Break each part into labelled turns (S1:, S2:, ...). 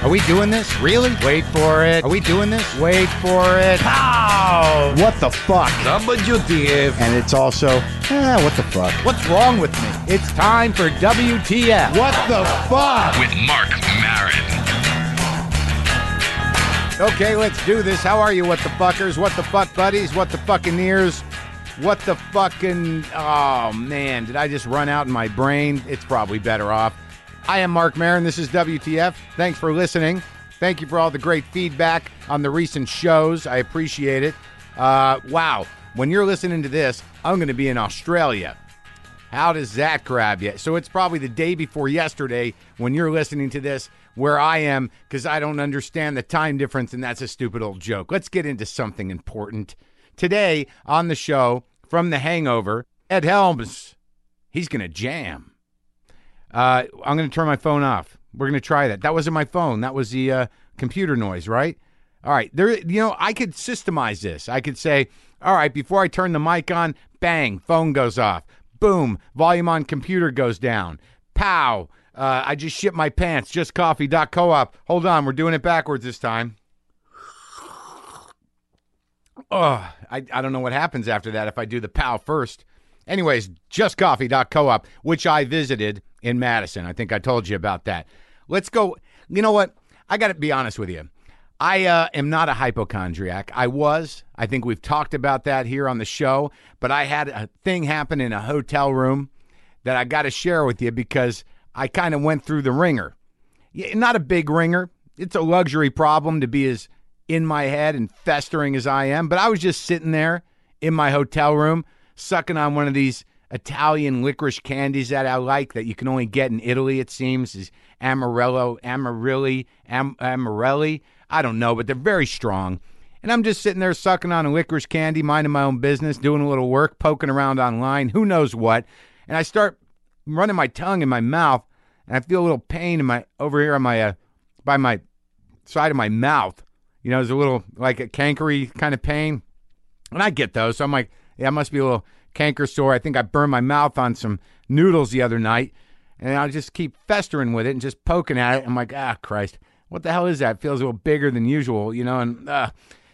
S1: Are we doing this? Really? Wait for it. Are we doing this? Wait for it. Pow! What the fuck?
S2: WTF.
S1: And it's also, eh, what the fuck? What's wrong with me? It's time for WTF. What the fuck?
S3: With Mark Marin.
S1: Okay, let's do this. How are you, what the fuckers? What the fuck buddies? What the fucking ears? What the fucking. Oh, man. Did I just run out in my brain? It's probably better off. I am Mark Marin. This is WTF. Thanks for listening. Thank you for all the great feedback on the recent shows. I appreciate it. Uh, wow. When you're listening to this, I'm going to be in Australia. How does that grab you? So it's probably the day before yesterday when you're listening to this where I am because I don't understand the time difference, and that's a stupid old joke. Let's get into something important. Today on the show from The Hangover, Ed Helms, he's going to jam. Uh, I'm going to turn my phone off. We're going to try that. That wasn't my phone. That was the uh, computer noise, right? All right. There, you know, I could systemize this. I could say, all right, before I turn the mic on, bang, phone goes off. Boom, volume on computer goes down. Pow, uh, I just shit my pants. Just coffee. Dot co-op. Hold on, we're doing it backwards this time. Oh, I, I don't know what happens after that if I do the POW first. Anyways, justcoffee.coop, which I visited in Madison. I think I told you about that. Let's go. You know what? I got to be honest with you. I uh, am not a hypochondriac. I was. I think we've talked about that here on the show, but I had a thing happen in a hotel room that I got to share with you because I kind of went through the ringer. Yeah, not a big ringer. It's a luxury problem to be as in my head and festering as I am. But I was just sitting there in my hotel room, sucking on one of these Italian licorice candies that I like that you can only get in Italy, it seems, is Amarello, Amarilli, Am- Amarelli. I don't know, but they're very strong. And I'm just sitting there sucking on a licorice candy, minding my own business, doing a little work, poking around online, who knows what. And I start running my tongue in my mouth, and I feel a little pain in my over here on my uh, by my side of my mouth. You know, there's a little like a cankery kind of pain, and I get those. So I'm like, yeah, I must be a little canker sore. I think I burned my mouth on some noodles the other night, and I just keep festering with it and just poking at it. I'm like, ah, Christ, what the hell is that? It feels a little bigger than usual, you know. And uh,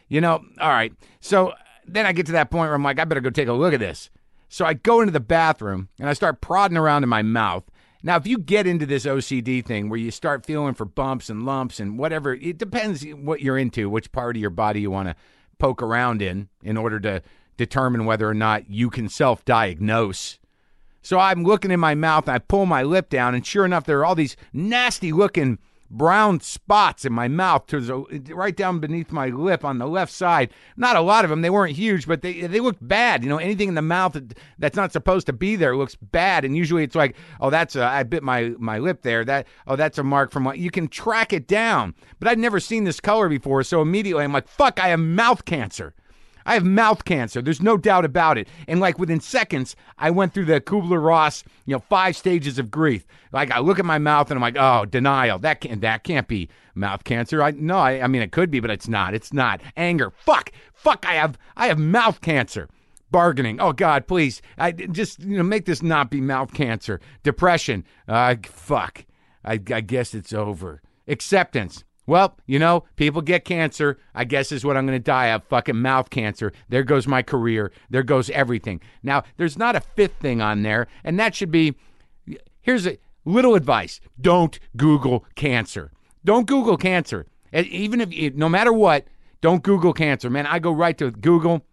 S1: you know, all right. So then I get to that point where I'm like, I better go take a look at this. So I go into the bathroom and I start prodding around in my mouth. Now, if you get into this OCD thing where you start feeling for bumps and lumps and whatever, it depends what you're into, which part of your body you want to poke around in in order to determine whether or not you can self diagnose. So I'm looking in my mouth and I pull my lip down, and sure enough, there are all these nasty looking brown spots in my mouth towards the- right down beneath my lip on the left side. Not a lot of them. They weren't huge, but they they looked bad. You know, anything in the mouth that- that's not supposed to be there looks bad. And usually it's like, oh, that's a, I bit my my lip there. That oh, that's a mark from what you can track it down. But I'd never seen this color before, so immediately I'm like, fuck, I have mouth cancer. I have mouth cancer. There's no doubt about it. And like within seconds, I went through the Kubler Ross, you know, five stages of grief. Like I look at my mouth and I'm like, oh, denial. That can't that can't be mouth cancer. I no, I, I mean it could be, but it's not. It's not. Anger. Fuck. Fuck. I have I have mouth cancer. Bargaining. Oh God, please. I just you know make this not be mouth cancer. Depression. Uh, fuck. I, I guess it's over. Acceptance. Well, you know, people get cancer. I guess is what I'm going to die of. Fucking mouth cancer. There goes my career. There goes everything. Now, there's not a fifth thing on there, and that should be. Here's a little advice: Don't Google cancer. Don't Google cancer. And Even if, e, no matter what, don't Google cancer, man. I go right to Google.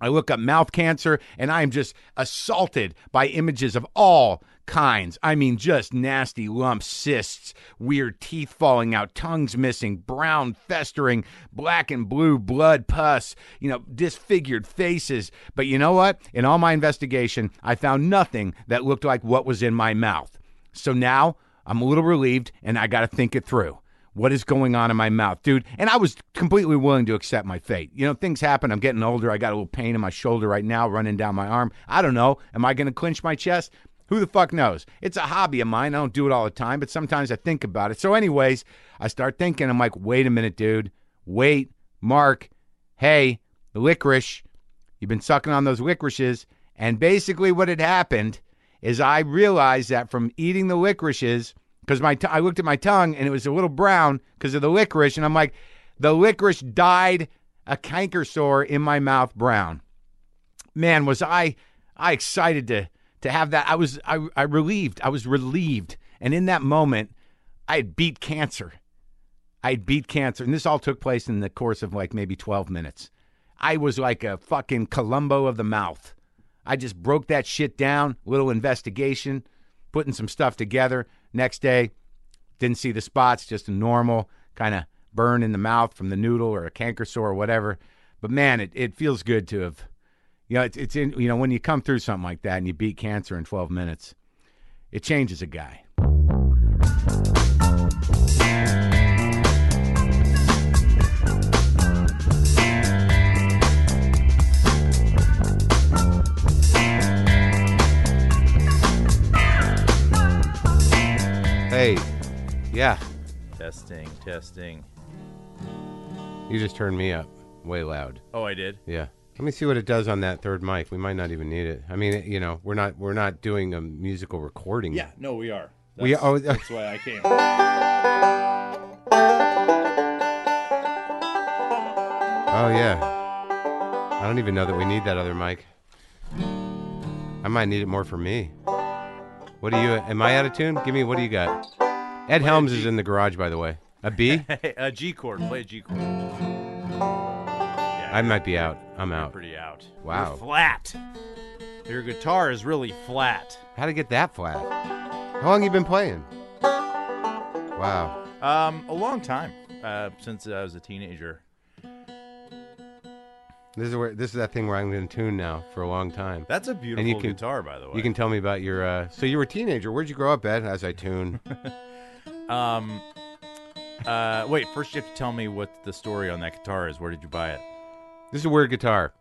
S1: I look up mouth cancer and I am just assaulted by images of all kinds. I mean, just nasty lumps, cysts, weird teeth falling out, tongues missing, brown festering, black and blue blood pus, you know, disfigured faces. But you know what? In all my investigation, I found nothing that looked like what was in my mouth. So now I'm a little relieved and I got to think it through. What is going on in my mouth, dude? And I was completely willing to accept my fate. You know, things happen. I'm getting older. I got a little pain in my shoulder right now running down my arm. I don't know. Am I going to clench my chest? Who the fuck knows? It's a hobby of mine. I don't do it all the time, but sometimes I think about it. So, anyways, I start thinking. I'm like, wait a minute, dude. Wait, Mark. Hey, licorice. You've been sucking on those licorices. And basically, what had happened is I realized that from eating the licorices
S4: because my t- I looked at my tongue and it was a little brown because of the licorice, and I'm like, the licorice dyed a canker sore in my mouth brown. Man, was I I excited to to have that. I was I, I relieved. I was relieved, and in that moment, I had beat cancer. I had beat cancer, and this all took place in the course of like maybe 12 minutes. I was like a fucking Columbo of the mouth. I just broke that shit down, little investigation, putting some stuff together. Next day, didn't see the spots, just a normal kind of burn in the mouth from the noodle or a canker sore or whatever. But man, it, it feels good to have, you know, it's, it's in, you know, when you come through something like that and you beat cancer in 12 minutes, it changes a guy. Hey, yeah,
S5: Testing, testing.
S1: You just turned me up way loud.
S5: Oh, I did.
S1: Yeah. Let me see what it does on that third mic. We might not even need it. I mean, it- you know, we're not we're not doing a musical recording.
S5: Yeah, no, we are. That's,
S1: We oh,
S5: that's why I came.
S1: oh yeah. I don't even know that we need that other mic. I might need it more for me. What do you? Am I out of tune? Give me. What do you got? Ed Helms is in the garage, by the way. A B?
S5: Hey, a G chord. Play a G chord. Yeah,
S1: I might be out. I'm
S5: you're
S1: out.
S5: pretty out.
S1: Wow.
S5: You're flat. Your guitar is really flat.
S1: How to get that flat? How long you been playing? Wow.
S5: Um, a long time uh, since I was a teenager.
S1: This is where this is that thing where I'm going to tune now for a long time.
S5: That's a beautiful
S1: can-
S5: guitar, by the way.
S1: You can tell me about your. Uh, so you were a teenager. Where'd you grow up, Ed? As I tune.
S5: Um, uh, wait. First, you have to tell me what the story on that guitar is. Where did you buy it?
S1: this is a weird guitar.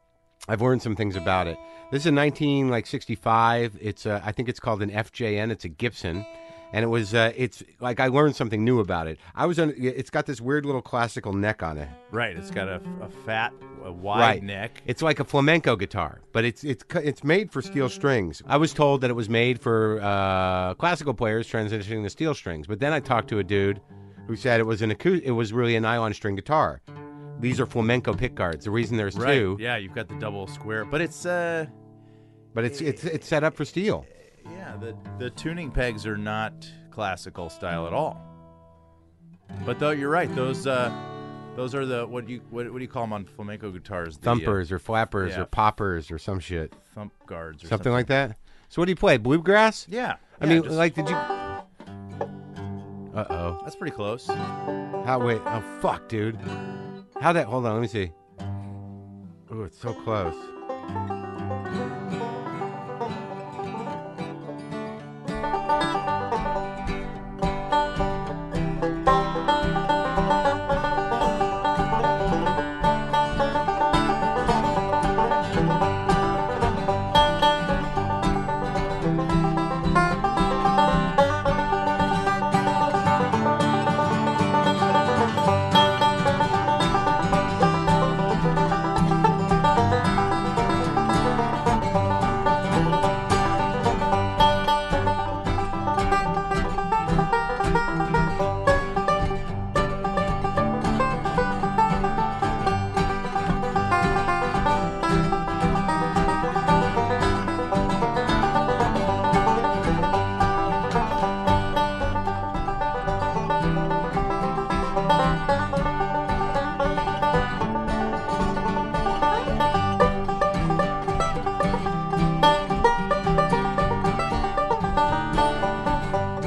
S1: I've learned some things about it. This is a 19 like 65. It's a, I think it's called an FJN. It's a Gibson, and it was. Uh, it's like I learned something new about it. I was. On, it's got this weird little classical neck on it.
S5: Right. It's got a, a fat, a wide
S1: Right.
S5: neck.
S1: It's like a flamenco guitar, but it's it's cu- it's made for steel strings. I was told that it was made for uh, classical players transitioning to steel strings, but then I talked to a dude who said it was an acou- it was really a nylon string guitar. These are flamenco pickguards. The reason there's
S5: Right.
S1: two,
S5: Yeah. You've got the double square, but it's uh,
S1: but it's it's it's set up for steel.
S5: yeah. The the tuning pegs are not classical style at all. But though you're right, those uh, those are the what do you what, what do you call them on flamenco guitars? The, uh,
S1: Thumpers or flappers
S5: yeah.
S1: or poppers or some shit,
S5: thump guards, or
S1: something, like that. So what do you play? Bluegrass?
S5: Yeah.
S1: I
S5: yeah,
S1: mean,
S5: just-
S1: like, did you? Uh oh.
S5: that's pretty close.
S1: How wait? Oh fuck, dude. How that? Hold on, let me see. Oh, it's so close.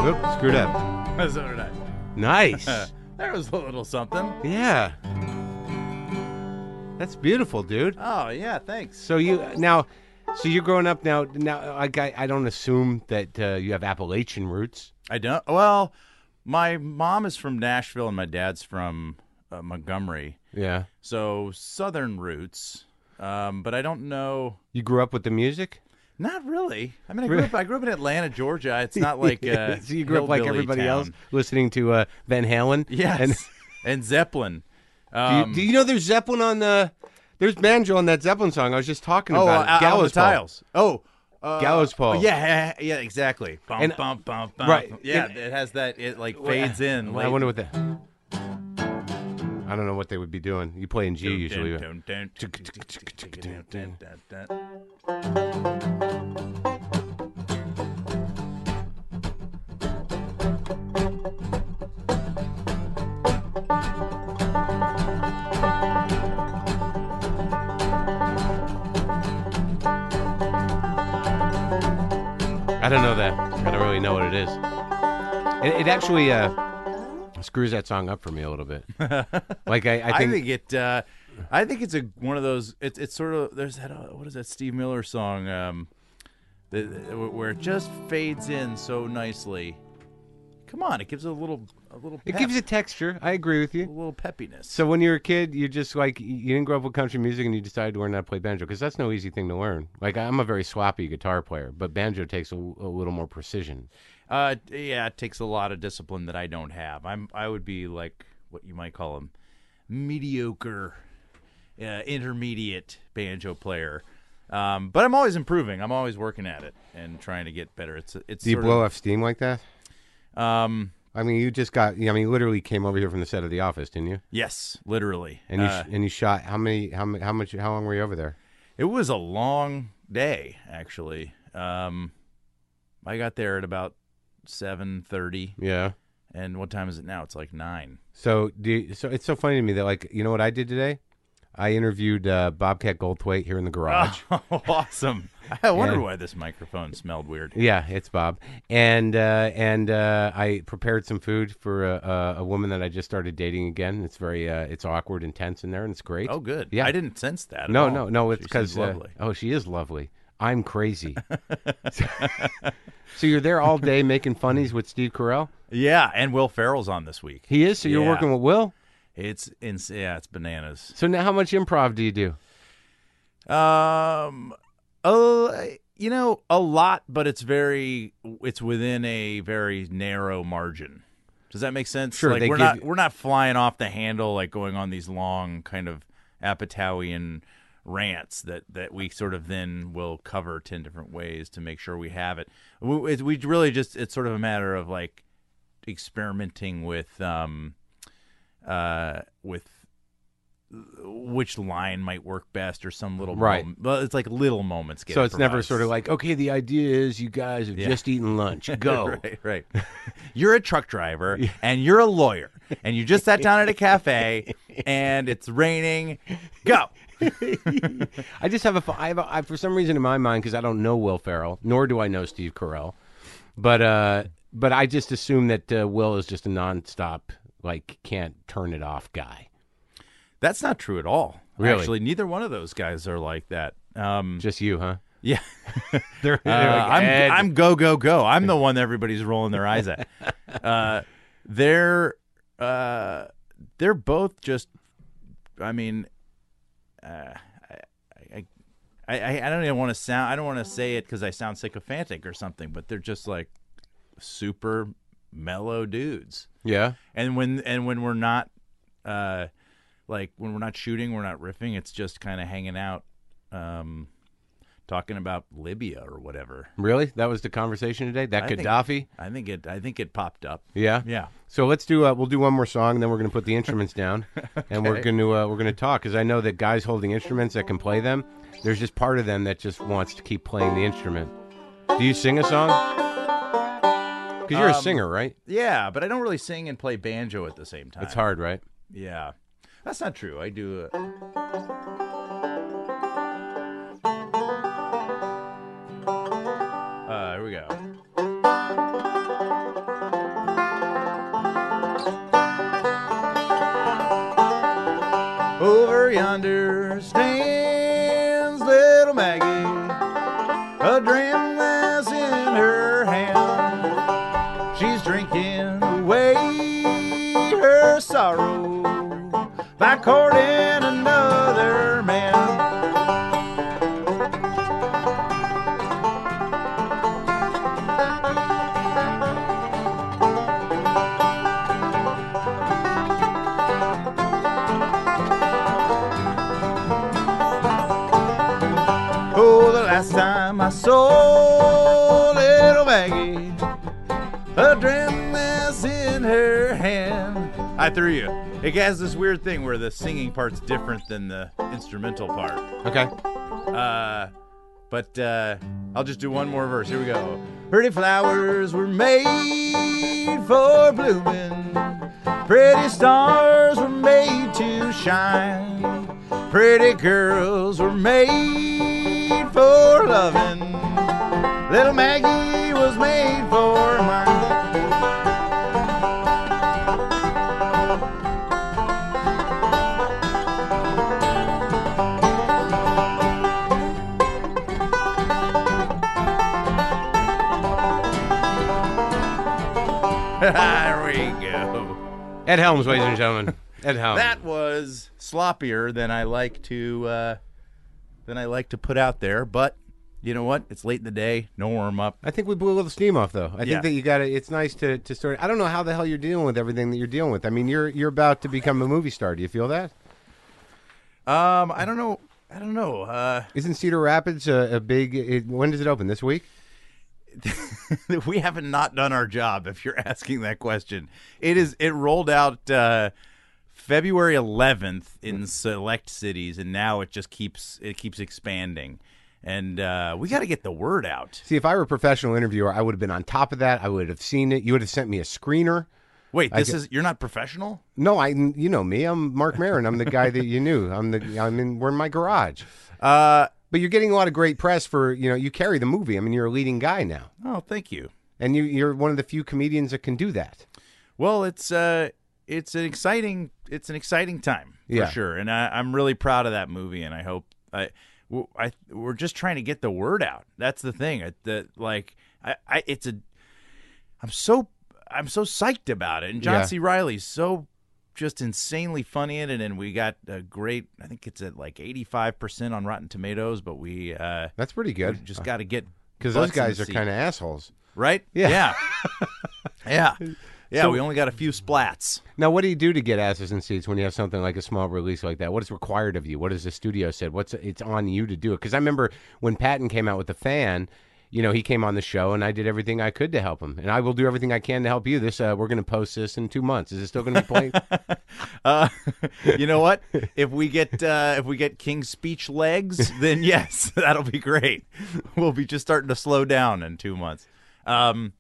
S1: Oop, screwed up.
S5: so did I.
S1: Nice.
S5: There was a little something.
S1: yeah. That's beautiful, dude.
S5: Oh yeah, thanks.
S1: So you now, so you're growing up now. Now, like, I, I don't assume that uh, you have Appalachian roots.
S5: I don't. Well, my mom is from Nashville and my dad's from uh, Montgomery,
S1: Yeah.
S5: so Southern roots. Um, but I don't know.
S1: You grew up with the music.
S5: Not really. I mean, I grew up. I grew up in Atlanta, Georgia. It's not like uh,
S1: so you grew up like
S5: hillbilly
S1: everybody else,
S5: town.
S1: listening to uh, Van Halen.
S5: Yes,
S1: And
S5: and, Zeppelin.
S1: do, you,
S5: Um,
S1: do you know there's uh, Zeppelin on the? There's banjo on that Zeppelin song I was just talking
S5: oh,
S1: about.
S5: uh,
S1: Gallows
S5: Alvin
S1: Ball.
S5: Tiles. Oh, Uh,
S1: Gallows pole.
S5: Yeah, yeah, yeah, exactly. Bum,
S1: And-
S5: bum, bum, bum.
S1: right,
S5: Yeah,
S1: and-
S5: it has that. It like fades in.
S1: I
S5: late.
S1: wonder what that. I don't know what they would be doing. You play in G usually. but- I don't know that. I don't really know what it is. It, it actually uh, screws that song up for me a little bit. like I, I
S5: I
S1: think,
S5: think it. Uh, I think it's a one of those. It's it's sort of there's that. Uh, what is that Steve Miller song? Um, the, the- where it just fades in so nicely. Come on, it gives a little a little.
S1: it
S5: pep,
S1: gives it texture. I agree with
S5: a
S1: you.
S5: little peppiness.
S1: So when you were a kid, you just like y- you didn't grow up with country music and you decided to learn how to play banjo because that's no easy thing to learn. Like I'm a very sloppy guitar player, but banjo takes a, l- a little more precision.
S5: Uh, t- yeah, it takes a lot of discipline that I don't have. I'm I would be like what you might call him mediocre, uh, intermediate banjo player. Um, but I'm always improving. I'm always working at it and trying to get better. It's it's
S1: Do you
S5: sort
S1: blow off steam like that?
S5: of, um
S1: I mean, you just got. I mean, you literally came over here from the set of The Office, didn't you?
S5: yes, literally.
S1: And you
S5: Uh,
S1: sh- and you shot how many? How many? How much? How long were you over there?
S5: it was a long day actually. Um, I got there at about seven thirty,
S1: Yeah.
S5: and what time is it now? It's like nine.
S1: So do you, so it's so funny to me that like you know what I did today? I interviewed uh, Bobcat Goldthwait here in the garage.
S5: Ah. awesome! I wonder
S1: Yeah.
S5: why this microphone smelled weird.
S1: Yeah, it's Bob, and uh, and uh, I prepared some food for a, a, a woman that I just started dating again. It's very uh, it's awkward and tense in there, and it's great.
S5: Oh, good.
S1: Yeah.
S5: I didn't sense that. at
S1: no,
S5: all.
S1: no, no, it's
S5: She
S1: because
S5: seems lovely.
S1: oh, she is lovely. I'm crazy. so you're there all day making funnies with Steve Carell.
S5: yeah, and Will Ferrell's on this week.
S1: He is. So you're
S5: Yeah.
S1: working with Will.
S5: It's ins- yeah, it's bananas.
S1: So now, how much improv do you do?
S5: Um, oh, you know, a lot, but it's very, it's within a very narrow margin. Does that make sense?
S1: Sure,
S5: Like
S1: they
S5: we're
S1: give
S5: not
S1: you-
S5: we're not flying off the handle like going on these long kind of Apatowian rants that that we sort of then will cover ten different ways to make sure we have it. We, it, we really just it's sort of a matter of like experimenting with um uh with uh, which line might work best or some little
S1: Right.
S5: moment. Well, it's like little moments. Get
S1: so it's never
S5: improvised.
S1: sort of like okay, the idea is you guys have
S5: Yeah.
S1: just eaten lunch. Go.
S5: right, right. you're a truck driver and you're a lawyer and you just sat down at a cafe and it's raining. Go.
S1: I just have a, fu- I have a I, for some reason in my mind because I don't know Will Ferrell, nor do I know Steve Carell, but uh, but I just assume that uh, Will is just a nonstop, like can't turn it off guy.
S5: That's not true at all.
S1: Really?
S5: Actually, neither one of those guys are like that. Um,
S1: Just you, huh?
S5: yeah.
S1: They're,
S5: Uh, I'm, I'm go go go. I'm the one everybody's rolling their eyes at. Uh, they're uh, they're both just. I mean, uh, I, I I I don't even want to sound. I don't want to say it because I sound sycophantic or something. But they're just like super mellow dudes.
S1: yeah.
S5: And when and when we're not, uh, like when we're not shooting, we're not riffing. It's just kind of hanging out. Um, talking about Libya or whatever.
S1: Really? That was the conversation today. That
S5: I think-
S1: Gaddafi.
S5: I think it. I think it popped up.
S1: Yeah.
S5: Yeah.
S1: So let's do. Uh, we'll do one more song, and then we're going to put the instruments down, and we're going to uh, we're going to talk because I know that guys holding instruments that can play them, there's just part of them that just wants to keep playing the instrument. Do you sing a song? Because you're a
S5: Um,
S1: singer, right?
S5: Yeah, but I don't really sing and play banjo at the same time.
S1: It's hard, right?
S5: Yeah, that's not true. I do. uh, A... Uh, here we go. Over yonder stands little Maggie, a dram glass in her hand. She's drinking away her sorrow by courting another man. Oh, the last time I soul, little Maggie, a dress in her hand. I threw you. It has this weird thing where the singing part's different than the instrumental part.
S1: Okay.
S5: Uh, but uh, I'll just do one more verse. Here we go. Pretty flowers were made for blooming. Pretty stars were made to shine. Pretty girls were made for loving. Little Maggie was made for mine. there we go.
S1: Ed Helms, ladies and gentlemen. Ed Helms.
S5: That was sloppier than I like to uh, than I like to put out there, but you know what? It's late in the day, no warm up.
S1: I think we blew a little steam off, though. I
S5: Yeah.
S1: think that you got to. It's nice to, to sort. of- I don't know how the hell you're dealing with everything that you're dealing with. I mean, you're you're about to become a movie star. Do you feel that?
S5: Um, I don't know. I don't know. Uh,
S1: Isn't Cedar Rapids a, a big? It, when does it open? This week?
S5: we haven't not done our job. If you're asking that question, it is. It rolled out uh, February 11th in select cities, and now it just keeps it keeps expanding. And uh, we got to get the word out.
S1: See, if I were a professional interviewer, I would have been on top of that. I would have seen it. You would have sent me a screener.
S5: Wait, this
S1: get-
S5: is you're not professional.
S1: No, I. You know me. I'm Mark Maron. I'm the guy that you knew. I'm the. I'm in. We're in my garage.
S5: Uh,
S1: But you're getting a lot of great press for. You know, you carry the movie. I mean, you're a leading guy now,
S5: oh, thank you.
S1: and you, you're one of the few comedians that can do that.
S5: Well, it's uh, it's an exciting it's an exciting time for
S1: Yeah.
S5: sure, and I, I'm really proud of that movie, and I hope I, w- I we're just trying to get the word out. That's the thing. I, the like I, I it's a I'm so I'm so psyched about it, and John
S1: Yeah.
S5: C. Riley's so just insanely funny in it, and we got a great I think it's at like 85 percent on Rotten Tomatoes, but we uh,
S1: That's pretty
S5: we
S1: good.
S5: just got to get
S1: because those
S5: butts in
S1: guys are
S5: seats
S1: kind of assholes.
S5: right.
S1: Yeah.
S5: yeah, yeah. Yeah, we only got a few splats.
S1: Now, what do you do to get asses and seats when you have something like a small release like that? What is required of you? What has the studio said? What's it's on you to do it? Because I remember when Patton came out with the fan. You know, he came on the show, and I did everything I could to help him, and I will do everything I can to help you. This uh, we're going to post this in two months. Is it still going to be playing?
S5: Uh, you know what? If we get uh, if we get King's speech legs, then yes, that'll be great. We'll be just starting to slow down in two months. Um,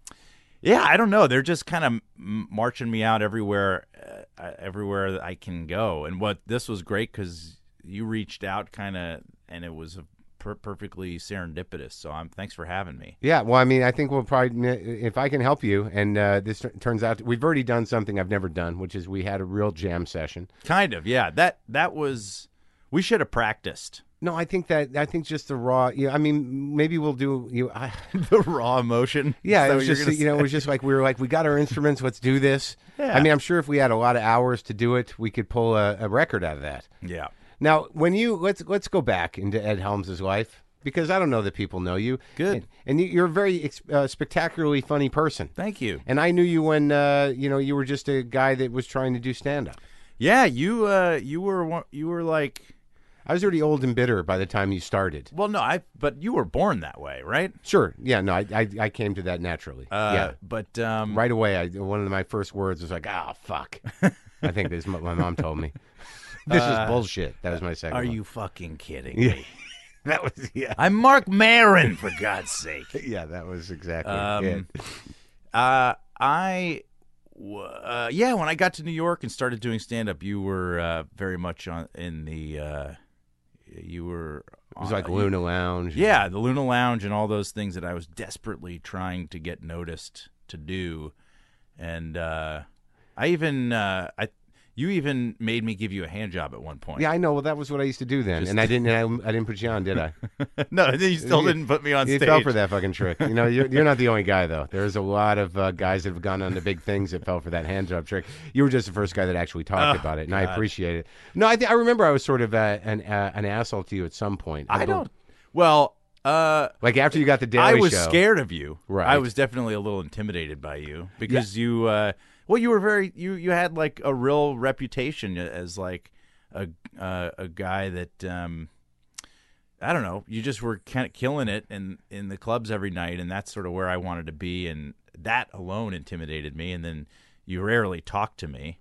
S5: yeah, I don't know. They're just kind of marching me out everywhere, uh, uh, everywhere that I can go. And what this was great because you reached out, kind of, and it was a per- perfectly serendipitous. So I'm thanks for having me.
S1: yeah. Well, I mean, I think we'll probably if I can help you, and uh, this tur- turns out we've already done something I've never done, which is we had a real jam session.
S5: Kind of, yeah. That that was. We should have practiced
S1: No, I think that I think just the raw. Yeah, I mean, maybe we'll do. You, I,
S5: the raw emotion.
S1: Yeah,
S5: Is that
S1: it
S5: what
S1: was
S5: you're
S1: just
S5: gonna
S1: you know, it
S5: say?
S1: was just like we were like we got our instruments, let's do this.
S5: Yeah.
S1: I mean, I'm sure if we had a lot of hours to do it, we could pull a, a record out of that.
S5: yeah.
S1: Now, when you let's let's go back into Ed Helms's life because I don't know that people know you.
S5: Good.
S1: and, and you, you're a very ex- uh, spectacularly funny person.
S5: Thank you.
S1: And I knew you when uh, you know you were just a guy that was trying to do stand up.
S5: Yeah, you uh you were one- you were like
S1: I was already old and bitter by the time you started.
S5: well no, I but you were born that way, right?
S1: Sure, yeah, no, I I, I came to that naturally.
S5: Uh
S1: yeah,
S5: but um
S1: right away. I, one of my first words was like, "Ah, fuck." I think this what my mom told me. This is bullshit. That was my second.
S5: Uh, are
S1: one.
S5: you fucking kidding
S1: Yeah.
S5: me?
S1: That was yeah.
S5: I'm Mark Marin for God's sake.
S1: Yeah, that was exactly
S5: Um,
S1: it.
S5: Uh I w- uh, yeah, when I got to New York and started doing stand up, you were uh, very much on in the uh you were
S1: It was
S5: on-
S1: like
S5: you-
S1: Luna Lounge.
S5: uh, Yeah, the Luna Lounge and all those things that I was desperately trying to get noticed to do, and uh, I even uh, I you even made me give you a hand job at one point.
S1: Yeah, I know. Well, that was what I used to do then,
S5: Just-
S1: and I didn't. And I, I didn't put you on, did I?
S5: no, you still
S1: You-
S5: didn't put me on
S1: You
S5: stage.
S1: fell for that fucking trick. You know, you're, you're not the only guy though. There's a lot of uh, guys that have gone on to big things that fell for that hand job trick. You were just the first guy that actually talked
S5: Oh,
S1: about it, and I appreciate it. No, I, th- I remember I was sort of uh, an uh, an asshole to you at some point.
S5: I
S1: bel-
S5: don't. Well, uh,
S1: like after you got the Daily
S5: I was
S1: Show.
S5: scared of you.
S1: Right.
S5: I was definitely a little intimidated by you because you uh, well you were very you you had like a real reputation as like a uh, a guy that um I don't know, you just were kind of killing it in in the clubs every night, and that's sort of where I wanted to be, and that alone intimidated me. And then you rarely talked to me.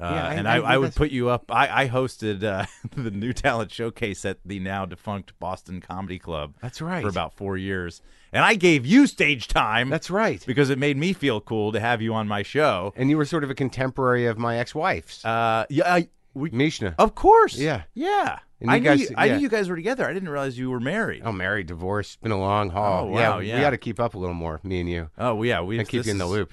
S5: Uh,
S1: Yeah, I-
S5: and
S1: I-
S5: I, I, would
S1: that's-
S5: put you up. I, I hosted uh, the New Talent Showcase at the now defunct Boston Comedy Club.
S1: That's right.
S5: For about four years. And I gave you stage time.
S1: That's right.
S5: Because it made me feel cool to have you on my show.
S1: And you were sort of a contemporary of my ex-wife's,
S5: Uh, oh. yeah, I, we,
S1: Mishna.
S5: of course.
S1: Yeah.
S5: Yeah.
S1: And
S5: I,
S1: you
S5: knew
S1: guys-
S5: you, I
S1: yeah.
S5: knew you guys were together. I didn't realize you were married.
S1: Oh, married, divorced, been a long haul.
S5: Oh, wow,
S1: we-
S5: yeah.
S1: we got to keep up a little more, me and you,
S5: Oh, yeah. We
S1: and keep
S5: this
S1: you in the
S5: is-
S1: loop.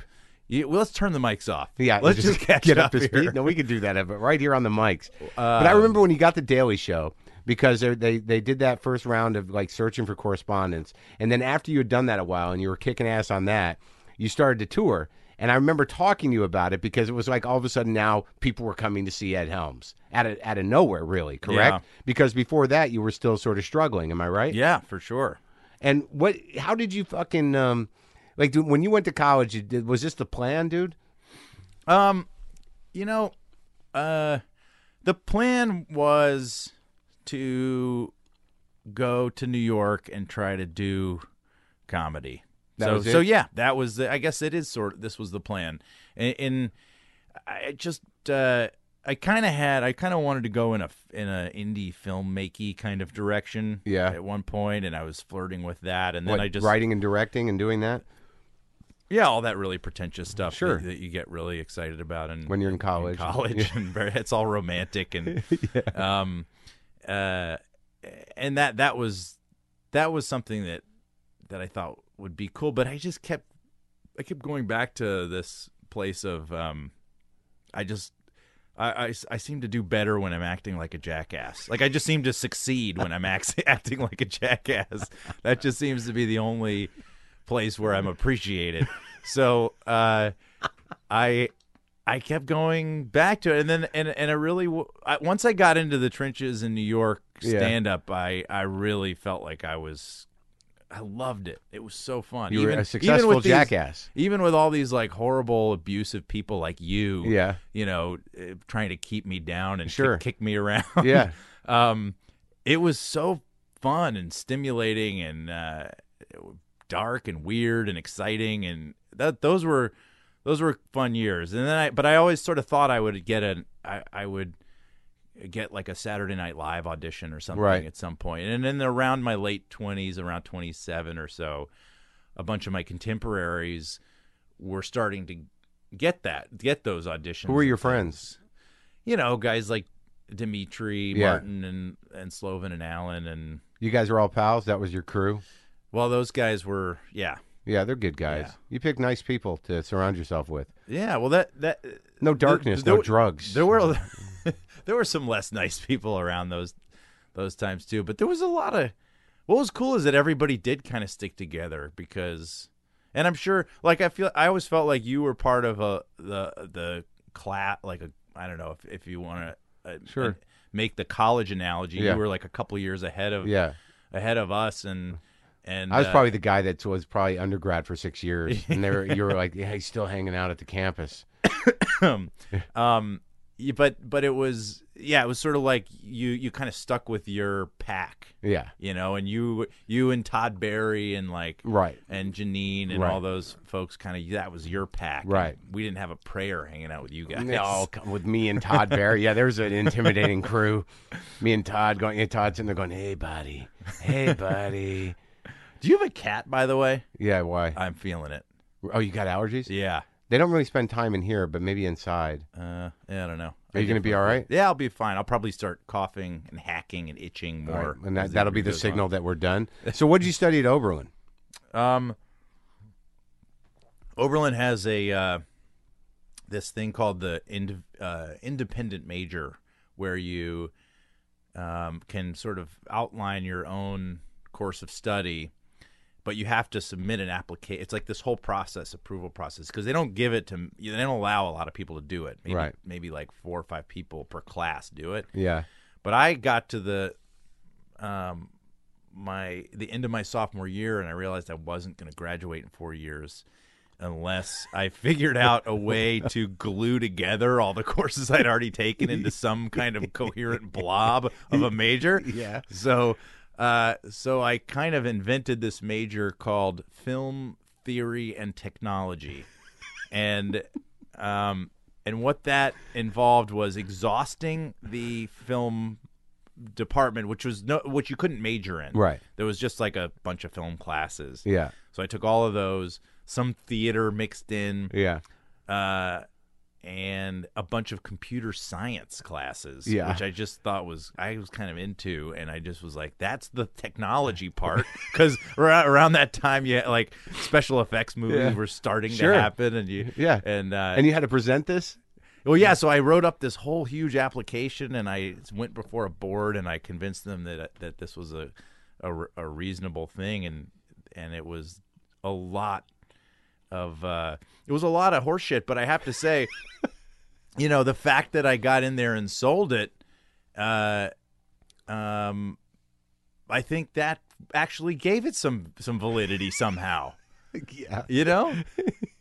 S5: Yeah, well, let's turn the mics off.
S1: Yeah, and
S5: let's just, catch
S1: get
S5: up,
S1: to
S5: here. Um,
S1: speed. No, we could do that, but right here on the mics. but I remember when you got the Daily Show because they, they they did that first round of like searching for correspondence, and then after you had done that a while and you were kicking ass on that, you started to tour. And I remember talking to you about it because it was like all of a sudden now people were coming to see Ed Helms out of out of nowhere, really, correct?
S5: Yeah.
S1: Because before that you were still sort of struggling. Am I right?
S5: Yeah, for sure.
S1: And what? How did you fucking um, like dude, when you went to college? You did, was this the plan, dude?
S5: Um, you know, uh, the plan was to go to New York and try to do comedy.
S1: That
S5: so,
S1: was it?
S5: so yeah, that was the. I guess it is sort. This was the plan, and, and I just uh, I kind of had. I kind of wanted to go in a in a indie filmmaky kind of direction.
S1: Yeah.
S5: At one point, and I was flirting with that, and then
S1: What,
S5: I just
S1: writing and directing and doing that
S5: yeah, all that really pretentious stuff.
S1: Sure.
S5: That, that you get really excited about, and
S1: when you're in college.
S5: in college, and very, it's all romantic and um, uh, and that that was that was something that that I thought would be cool, but I just kept I kept going back to this place of um, I just. I, I s- I seem to do better when I'm acting like a jackass. Like I just seem to succeed when I'm act- acting like a jackass. That just seems to be the only place where I'm appreciated. So uh, I I kept going back to it, and then and and I really w I once I got into the trenches in New York
S1: Yeah.
S5: stand up, I I really felt like I was I loved it. It was so fun.
S1: You were
S5: even,
S1: a
S5: even
S1: successful
S5: with these-
S1: jackass.
S5: even with all these like horrible abusive people like you,
S1: Yeah.
S5: you know, eh, trying to keep me down and
S1: Sure.
S5: kick, kick me around,
S1: Yeah.
S5: um, it was so fun and stimulating and uh, dark and weird and exciting and that those were those were fun years. And then I but I always sort of thought I would get an I, I would get like a Saturday Night Live audition or something
S1: Right.
S5: at some point. And then around my late twenties, around twenty seven or so, a bunch of my contemporaries were starting to get that get those auditions.
S1: Who were your
S5: and things
S1: friends?
S5: you know, guys like Dimitri,
S1: Yeah.
S5: Martin, and and Sloven and Allen, and
S1: You guys were all pals. That was your crew.
S5: well, those guys were, yeah,
S1: Yeah, they're good guys.
S5: Yeah.
S1: You pick nice people to surround yourself with.
S5: yeah. Well, that that
S1: No darkness,
S5: there
S1: no
S5: were-
S1: drugs.
S5: there were there were some less nice people around those those times too, but there was a lot of what was cool is that everybody did kind of stick together because, and I'm sure, like I feel, I always felt like you were part of a the the class, like a I don't know if if you want to uh,
S1: Sure.
S5: make the college analogy,
S1: Yeah.
S5: you were like a couple years ahead of
S1: yeah.
S5: ahead of us and and
S1: I was
S5: uh,
S1: probably the guy that was probably undergrad for six years, and they were, you were like, "Yeah, he's still hanging out at the campus."
S5: um y- but but it was yeah it was sort of like you you kind of stuck with your pack
S1: Yeah,
S5: you know and you you and Todd Barry and like
S1: right.
S5: and Janine and
S1: Right.
S5: all those folks kind of that was your pack
S1: Right.
S5: we didn't have a prayer hanging out with you guys
S1: No, Oh, come with me and Todd Barry. Yeah, there's an intimidating crew. Me and Todd going. Yeah, Todd's in there going, "Hey, buddy. Hey, buddy."
S5: do you have a cat by the way
S1: Yeah, why?
S5: I'm feeling it
S1: Oh, you got allergies?
S5: yeah
S1: They don't really spend time in here, but maybe inside.
S5: uh yeah, I don't know
S1: Are you going to be all right?
S5: yeah I'll be fine I'll probably start coughing and hacking and itching
S1: All right,
S5: more
S1: and
S5: as
S1: that, that'll be the
S5: year goes
S1: signal that we're done. So, what did you study at Oberlin?
S5: Um, Oberlin has a uh, this thing called the ind- uh, independent major, where you um, can sort of outline your own course of study, but you have to submit an application. It's like this whole process, approval process, because they don't give it to they don't allow a lot of people to do it. Maybe,
S1: Right.
S5: Maybe like four or five people per class do it
S1: Yeah,
S5: but I got to the um my the end of my sophomore year and I realized I wasn't going to graduate in 4 years unless I figured out a way to glue together all the courses I'd already taken into some kind of coherent blob of a major.
S1: Yeah.
S5: So Uh, so I kind of invented this major called film theory and technology, and um, and what that involved was exhausting the film department, which was no, which you couldn't major in.
S1: Right.
S5: There was just like a bunch of film classes.
S1: Yeah.
S5: So I took all of those, some theater mixed in,
S1: Yeah.
S5: uh, and a bunch of computer science classes,
S1: Yeah.
S5: which I just thought was I was kind of into, and I just was like, that's the technology part, because around that time, yeah, like special effects movies
S1: Yeah.
S5: were starting
S1: Sure.
S5: to happen, and you,
S1: Yeah.
S5: and uh,
S1: And you had to present this?
S5: well, yeah. So I wrote up this whole huge application, and I went before a board, and I convinced them that uh, that this was a a, re- a reasonable thing, and and it was a lot of uh, it was a lot of horseshit. But I have to say, you know, the fact that I got in there and sold it, uh, um, I think that actually gave it some some validity somehow
S1: Yeah.
S5: you know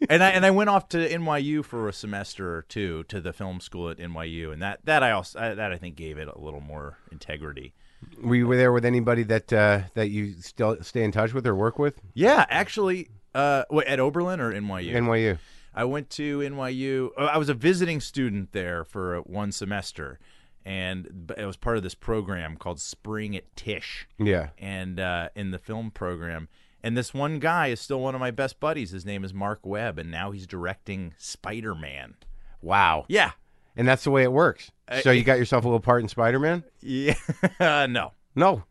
S5: and i and i went off to nyu for a semester or two to the film school at nyu and that that i also I, that i think gave it a little more integrity
S1: Were you there with anybody that uh, that you still stay in touch with or work with?
S5: yeah actually uh wait, at oberlin or nyu
S1: NYU.
S5: i went to nyu oh, i was a visiting student there for uh, one semester and b- it was part of this program called spring at tish
S1: Yeah.
S5: and uh, in the film program. And this one guy is still one of my best buddies. His name is Mark Webb, and now he's directing Spider Man.
S1: Wow.
S5: Yeah,
S1: And that's the way it works. so you got yourself a little part in Spider Man?
S5: yeah, uh, no,
S1: No.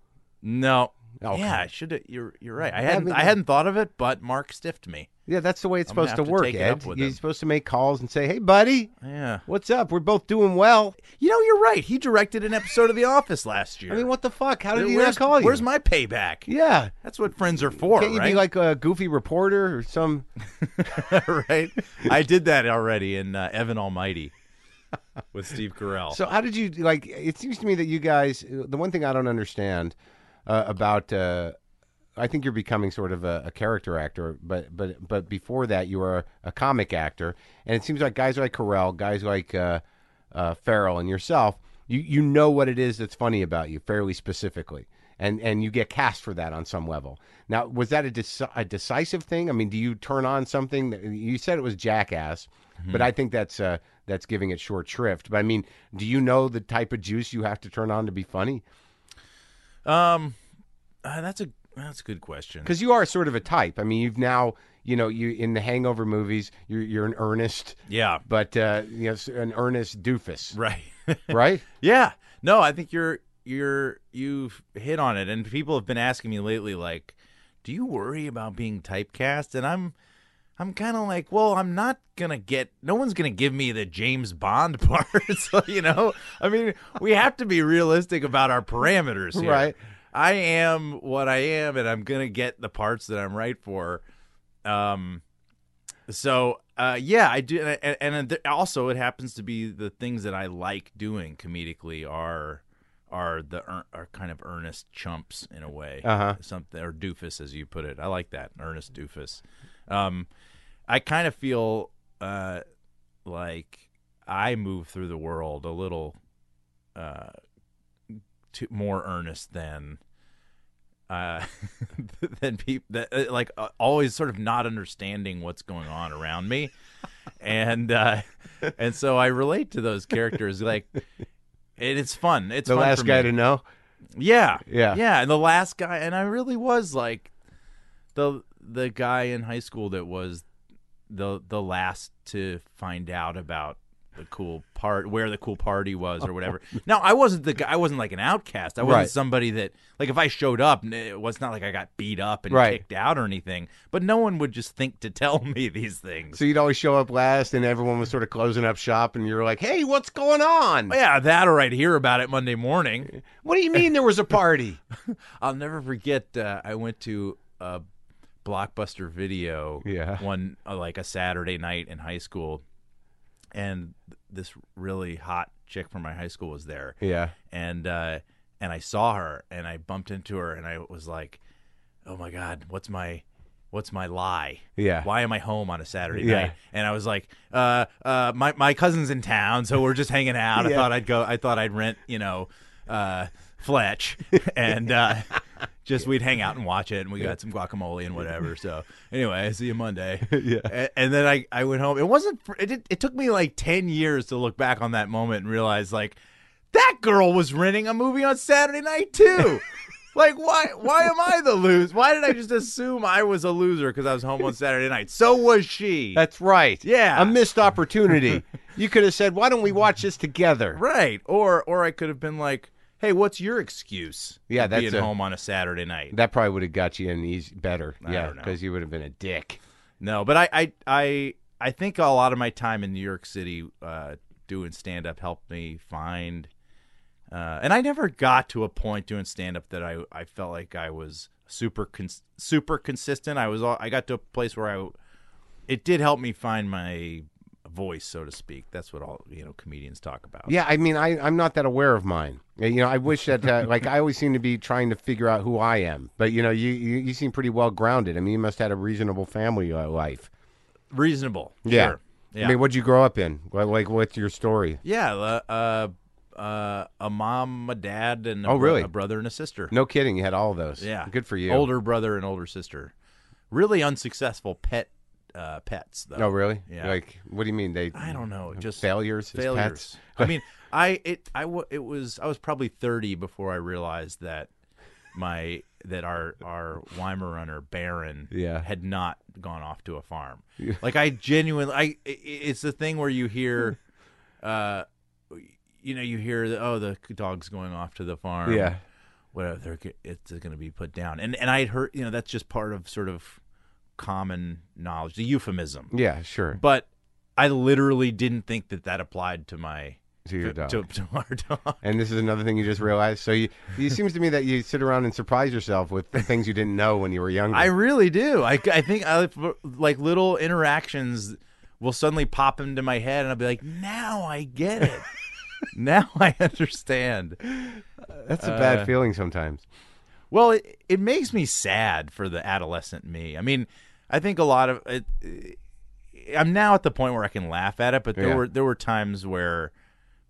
S5: no.
S1: Oh, come
S5: yeah,
S1: on.
S5: I should. You're you're right. I hadn't
S1: mean-
S5: I hadn't thought of it, but Mark stiffed me.
S1: Yeah, that's the way it's
S5: I'm gonna
S1: supposed to
S5: have to
S1: work,
S5: take it
S1: Ed.
S5: up with
S1: You're
S5: him.
S1: supposed to make calls and say, "Hey, buddy,
S5: Yeah,
S1: what's up? We're both doing well."
S5: you know you're right. He directed an episode of The Office last year.
S1: I mean, what the fuck? How did he
S5: where's,
S1: not call you?
S5: Where's my payback?
S1: Yeah.
S5: That's what friends are for,
S1: Can't you
S5: right?
S1: be like a goofy reporter or some?
S5: right? I did that already in uh, Evan Almighty with Steve Carell.
S1: So how did you like? It seems to me that you guys. The one thing I don't understand uh, about, uh, I think you're becoming sort of a, a character actor, but but but before that you were a, comic actor, and it seems like guys like Carell, guys like uh, uh, Farrell, and yourself, you you know what it is that's funny about you fairly specifically. And, and you get cast for that on some level. Now, was that a, deci- a decisive thing? I mean, do you turn on something? That, you said it was Jackass, but I think that's uh, that's giving it short shrift. But I mean, do you know the type of juice you have to turn on to be funny?
S5: Um, uh, that's a that's a good question.
S1: Because you are sort of a type. I mean, you've now you know you in the Hangover movies, you're you're an earnest,
S5: Yeah,
S1: but uh, you know, s- an earnest doofus,
S5: right.
S1: right?
S5: yeah, no, I think you're you're you've hit on it, and people have been asking me lately, like, do you worry about being typecast? And I'm I'm kind of like, well, I'm not gonna get. No one's gonna give me the James Bond part, so you know. I mean, we have to be realistic about our parameters here.
S1: Right.
S5: I am what I am, and I'm gonna get the parts that I'm right for. Um, so uh, yeah, I do, and, and, and th- also it happens to be the things that I like doing comedically are are the ear- are kind of earnest chumps in a way,
S1: Uh-huh.
S5: something or doofus as you put it. I like that earnest doofus. Um, I kind of feel uh, like I move through the world a little uh, to, more earnest than uh, than people that uh, like uh, always sort of not understanding what's going on around me, and uh, and so I relate to those characters like. And it's fun. It's
S1: The
S5: fun
S1: last
S5: for
S1: guy
S5: me.
S1: to know.
S5: Yeah.
S1: Yeah.
S5: Yeah. And the last guy, and I really was like the the guy in high school that was the the last to find out about the cool part where the cool party was or whatever. now I wasn't the guy. I wasn't like an outcast. I wasn't
S1: Right.
S5: somebody that like if I showed up, n- it was not like I got beat up and
S1: Right.
S5: kicked out or anything. But no one would just think to tell me these things.
S1: So you'd always show up last, and everyone was sort of closing up shop, and you were like, "Hey, what's going on?
S5: yeah, that or I'd hear about it Monday morning.
S1: What do you mean there was a party?"
S5: I'll never forget. Uh, I went to a blockbuster video.
S1: Yeah.
S5: One uh, like a Saturday night in high school, and this really hot chick from my high school was there.
S1: yeah.
S5: And uh, and I saw her, and I bumped into her, and I was like, "Oh my god, what's my what's my lie?
S1: Yeah.
S5: Why am I home on a Saturday
S1: Yeah.
S5: night?" And I was like, uh, uh, my my cousin's in town, so we're just hanging out. I
S1: Yeah.
S5: thought I'd go. I thought I'd rent, you know, uh, Fletch, and uh, just we'd hang out and watch it, and we got some guacamole and whatever. So anyway, I see you Monday. yeah, and, then I, I went home. It wasn't. fr- It did, it took me like ten years to look back on that moment and realize like that girl was renting a movie on Saturday night too. like why why am I the lose? Why did I just assume I was a loser because I was home on Saturday night? So was she.
S1: That's right.
S5: Yeah.
S1: A missed opportunity. you could have said, why don't we watch this together?
S5: Right. Or or I could have been like, "Hey, what's your excuse?"
S1: Yeah,
S5: for
S1: that's
S5: being
S1: a-
S5: home on a Saturday night.
S1: That probably would have got you in easy, better. yeah,
S5: don't know.
S1: because you would have been a dick.
S5: No, but I I I I think a lot of my time in New York City uh, doing stand up helped me find, uh, and I never got to a point doing stand up that I I felt like I was super cons- super consistent. I was all, I got to a place where I it did help me find my voice, so to speak. That's what all you know comedians talk about.
S1: Yeah, I mean, I, I'm not that aware of mine. You know, I wish that, uh, like, I always seem to be trying to figure out who I am. But, you know, you, you, you seem pretty well grounded. I mean, you must have had a reasonable family uh, life.
S5: reasonable.
S1: Yeah.
S5: Sure. Yeah.
S1: I mean, what'd you grow up in? What, like, what's your story?
S5: Yeah, uh, uh, uh, a mom, a dad, and a
S1: Oh,
S5: bro-
S1: really?
S5: a brother and a sister.
S1: No kidding, you had all those.
S5: Yeah,
S1: Good for you.
S5: Older brother and older sister. Really unsuccessful pet uh, pets though.
S1: Oh, really?
S5: Yeah.
S1: Like, what do you mean? They
S5: I don't know. Just
S1: failures? as
S5: failures.
S1: pets?
S5: I mean, I it I wa- it was I was probably thirty before I realized that my that our our Weimaraner Baron
S1: Yeah.
S5: had not gone off to a farm. Like I genuinely, I i- it's the thing where you hear, uh, you know, you hear the, oh the dog's going off to the farm.
S1: Yeah.
S5: whatever they're g- it's going to be put down. And and I had heard you know that's just part of sort of common knowledge, the euphemism.
S1: Yeah, sure.
S5: But I literally didn't think that that applied to my
S1: To your
S5: to,
S1: dog.
S5: to, to our dog.
S1: And this is another thing you just realized. So you, it seems to me that you sit around and surprise yourself with the things you didn't know when you were younger.
S5: I really do. I, I think I like little interactions will suddenly pop into my head, and I'll be like, now I get it. now I understand.
S1: That's a
S5: uh,
S1: bad feeling sometimes.
S5: Well, it, it makes me sad for the adolescent me. I mean, I think a lot of it, I'm now at the point where I can laugh at it, but there
S1: Yeah.
S5: were there were times where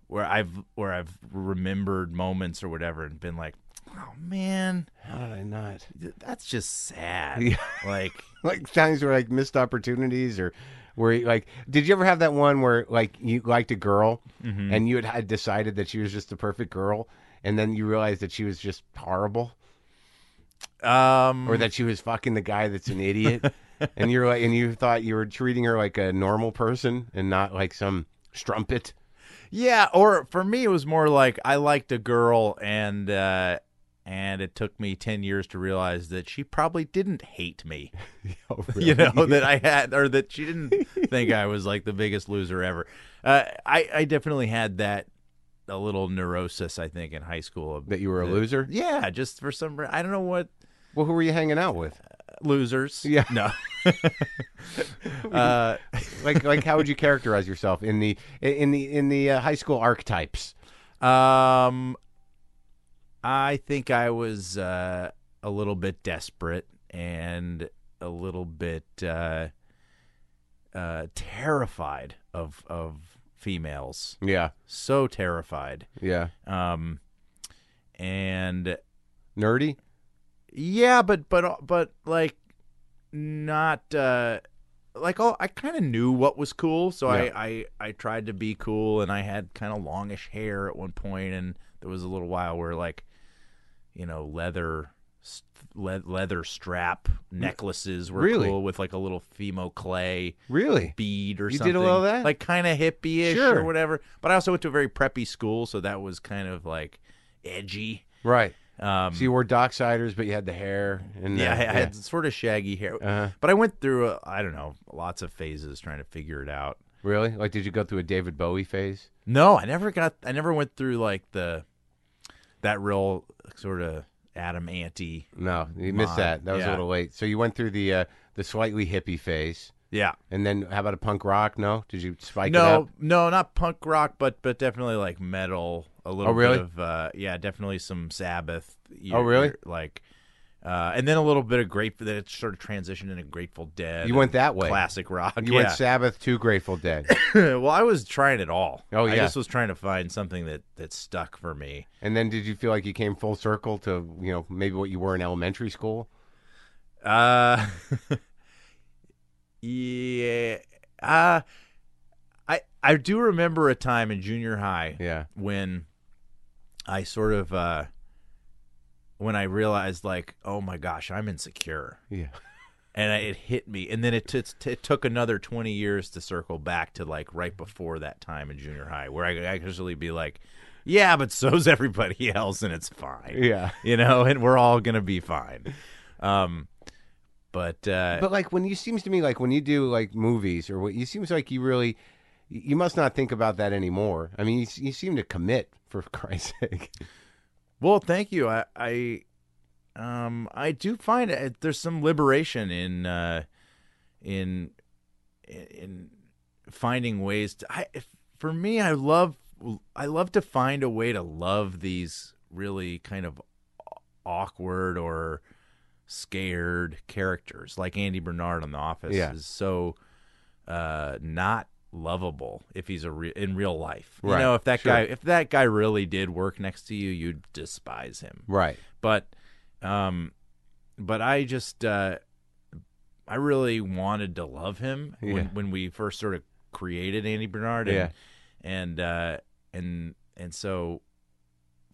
S5: where I've where I've remembered moments or whatever and been like, "Oh man,
S1: How did I not?
S5: th- that's just sad."
S1: Yeah.
S5: Like,
S1: Like times where like missed opportunities or where you, like did you ever have that one where like you liked a girl and you had, had decided that she was just the perfect girl and then you realized that she was just horrible
S5: um,
S1: or that she was fucking the guy that's an idiot and you're like and you thought you were treating her like a normal person and not like some strumpet.
S5: yeah. Or for me, it was more like I liked a girl, and uh, and it took me ten years to realize that she probably didn't hate me.
S1: Oh,
S5: you know that I had, or that she didn't think I was like the biggest loser ever. Uh, I I definitely had that a little neurosis. I think in high school. of-
S1: that you were a loser?
S5: yeah, just for some re- I don't know what
S1: Well, who were you hanging out with?
S5: losers.
S1: Yeah.
S5: no. uh,
S1: Like, like, how would you characterize yourself in the in the in the uh, high school archetypes?
S5: um, I think I was uh, a little bit desperate and a little bit uh, uh, terrified of of females.
S1: Yeah,
S5: So terrified.
S1: yeah,
S5: um and
S1: nerdy.
S5: yeah but but but like not uh like all, I kind of knew what was cool, so
S1: Yeah.
S5: I, I I tried to be cool, and I had kind of longish hair at one point, and there was a little while where like, you know, leather s- le- leather strap necklaces were
S1: Mm. Really?
S5: cool with like a little femo clay
S1: Really?
S5: bead or
S1: You
S5: something.
S1: did a little of that?
S5: Like kind of hippie ish
S1: Sure.
S5: or whatever. But I also went to a very preppy school, so that was kind of like edgy.
S1: Right.
S5: Um,
S1: So you wore Docksiders, but you had the hair. And
S5: yeah, I,
S1: uh,
S5: I had sort of shaggy hair.
S1: Uh-huh.
S5: But I went through, uh, I don't know, lots of phases trying to figure it out.
S1: Really? Like, did you go through a David Bowie phase?
S5: No, I never got, I never went through like the, that real sort of Adam Ante.
S1: No, you missed
S5: Mod,
S1: that. That was a
S5: yeah.
S1: little late. So you went through the uh, the slightly hippie phase,
S5: Yeah.
S1: and then how about a punk rock? No, did you spike it
S5: No,
S1: up?
S5: no, not punk rock, but but definitely like metal. A little
S1: Oh, really?
S5: bit of uh, yeah, definitely some Sabbath.
S1: Oh, really?
S5: like, Uh, and then a little bit of Grateful, then it sort of transitioned into Grateful Dead.
S1: You went
S5: and
S1: that way.
S5: Classic rock.
S1: You
S5: yeah.
S1: went Sabbath to Grateful Dead,
S5: well, I was trying it all.
S1: Oh,
S5: I
S1: yeah.
S5: just was trying to find something that, that stuck for me.
S1: and then did you feel like you came full circle to you know maybe what you were in elementary school?
S5: Uh, yeah. Uh, I I do remember a time in junior high
S1: Yeah,
S5: when I sort of uh, when I realized like, oh my gosh, I'm insecure,
S1: yeah.
S5: and I, it hit me, and then it, t- t- it took another twenty years to circle back to like right before that time in junior high, where I could actually be like, yeah, but so's everybody else, and it's fine,
S1: Yeah.
S5: you know, and we're all gonna be fine. Um, but uh,
S1: But like when you seems to me like when you do like movies or what you seems like you really you must not think about that anymore. I mean, you, you seem to commit for Christ's sake.
S5: well, thank you. I, I, um, I do find it, there's some liberation in, uh, in, in finding ways to. I, for me, I love, I love to find a way to love these really kind of awkward or scared characters, like Andy Bernard on The Office
S1: Yeah.
S5: is so uh, not lovable if he's a re- in real life. You
S1: Right.
S5: know, if that
S1: Sure.
S5: guy if that guy really did work next to you, you'd despise him.
S1: Right.
S5: But um but I just uh I really wanted to love him when
S1: Yeah.
S5: when we first sort of created Andy Bernard and
S1: Yeah.
S5: and uh and and so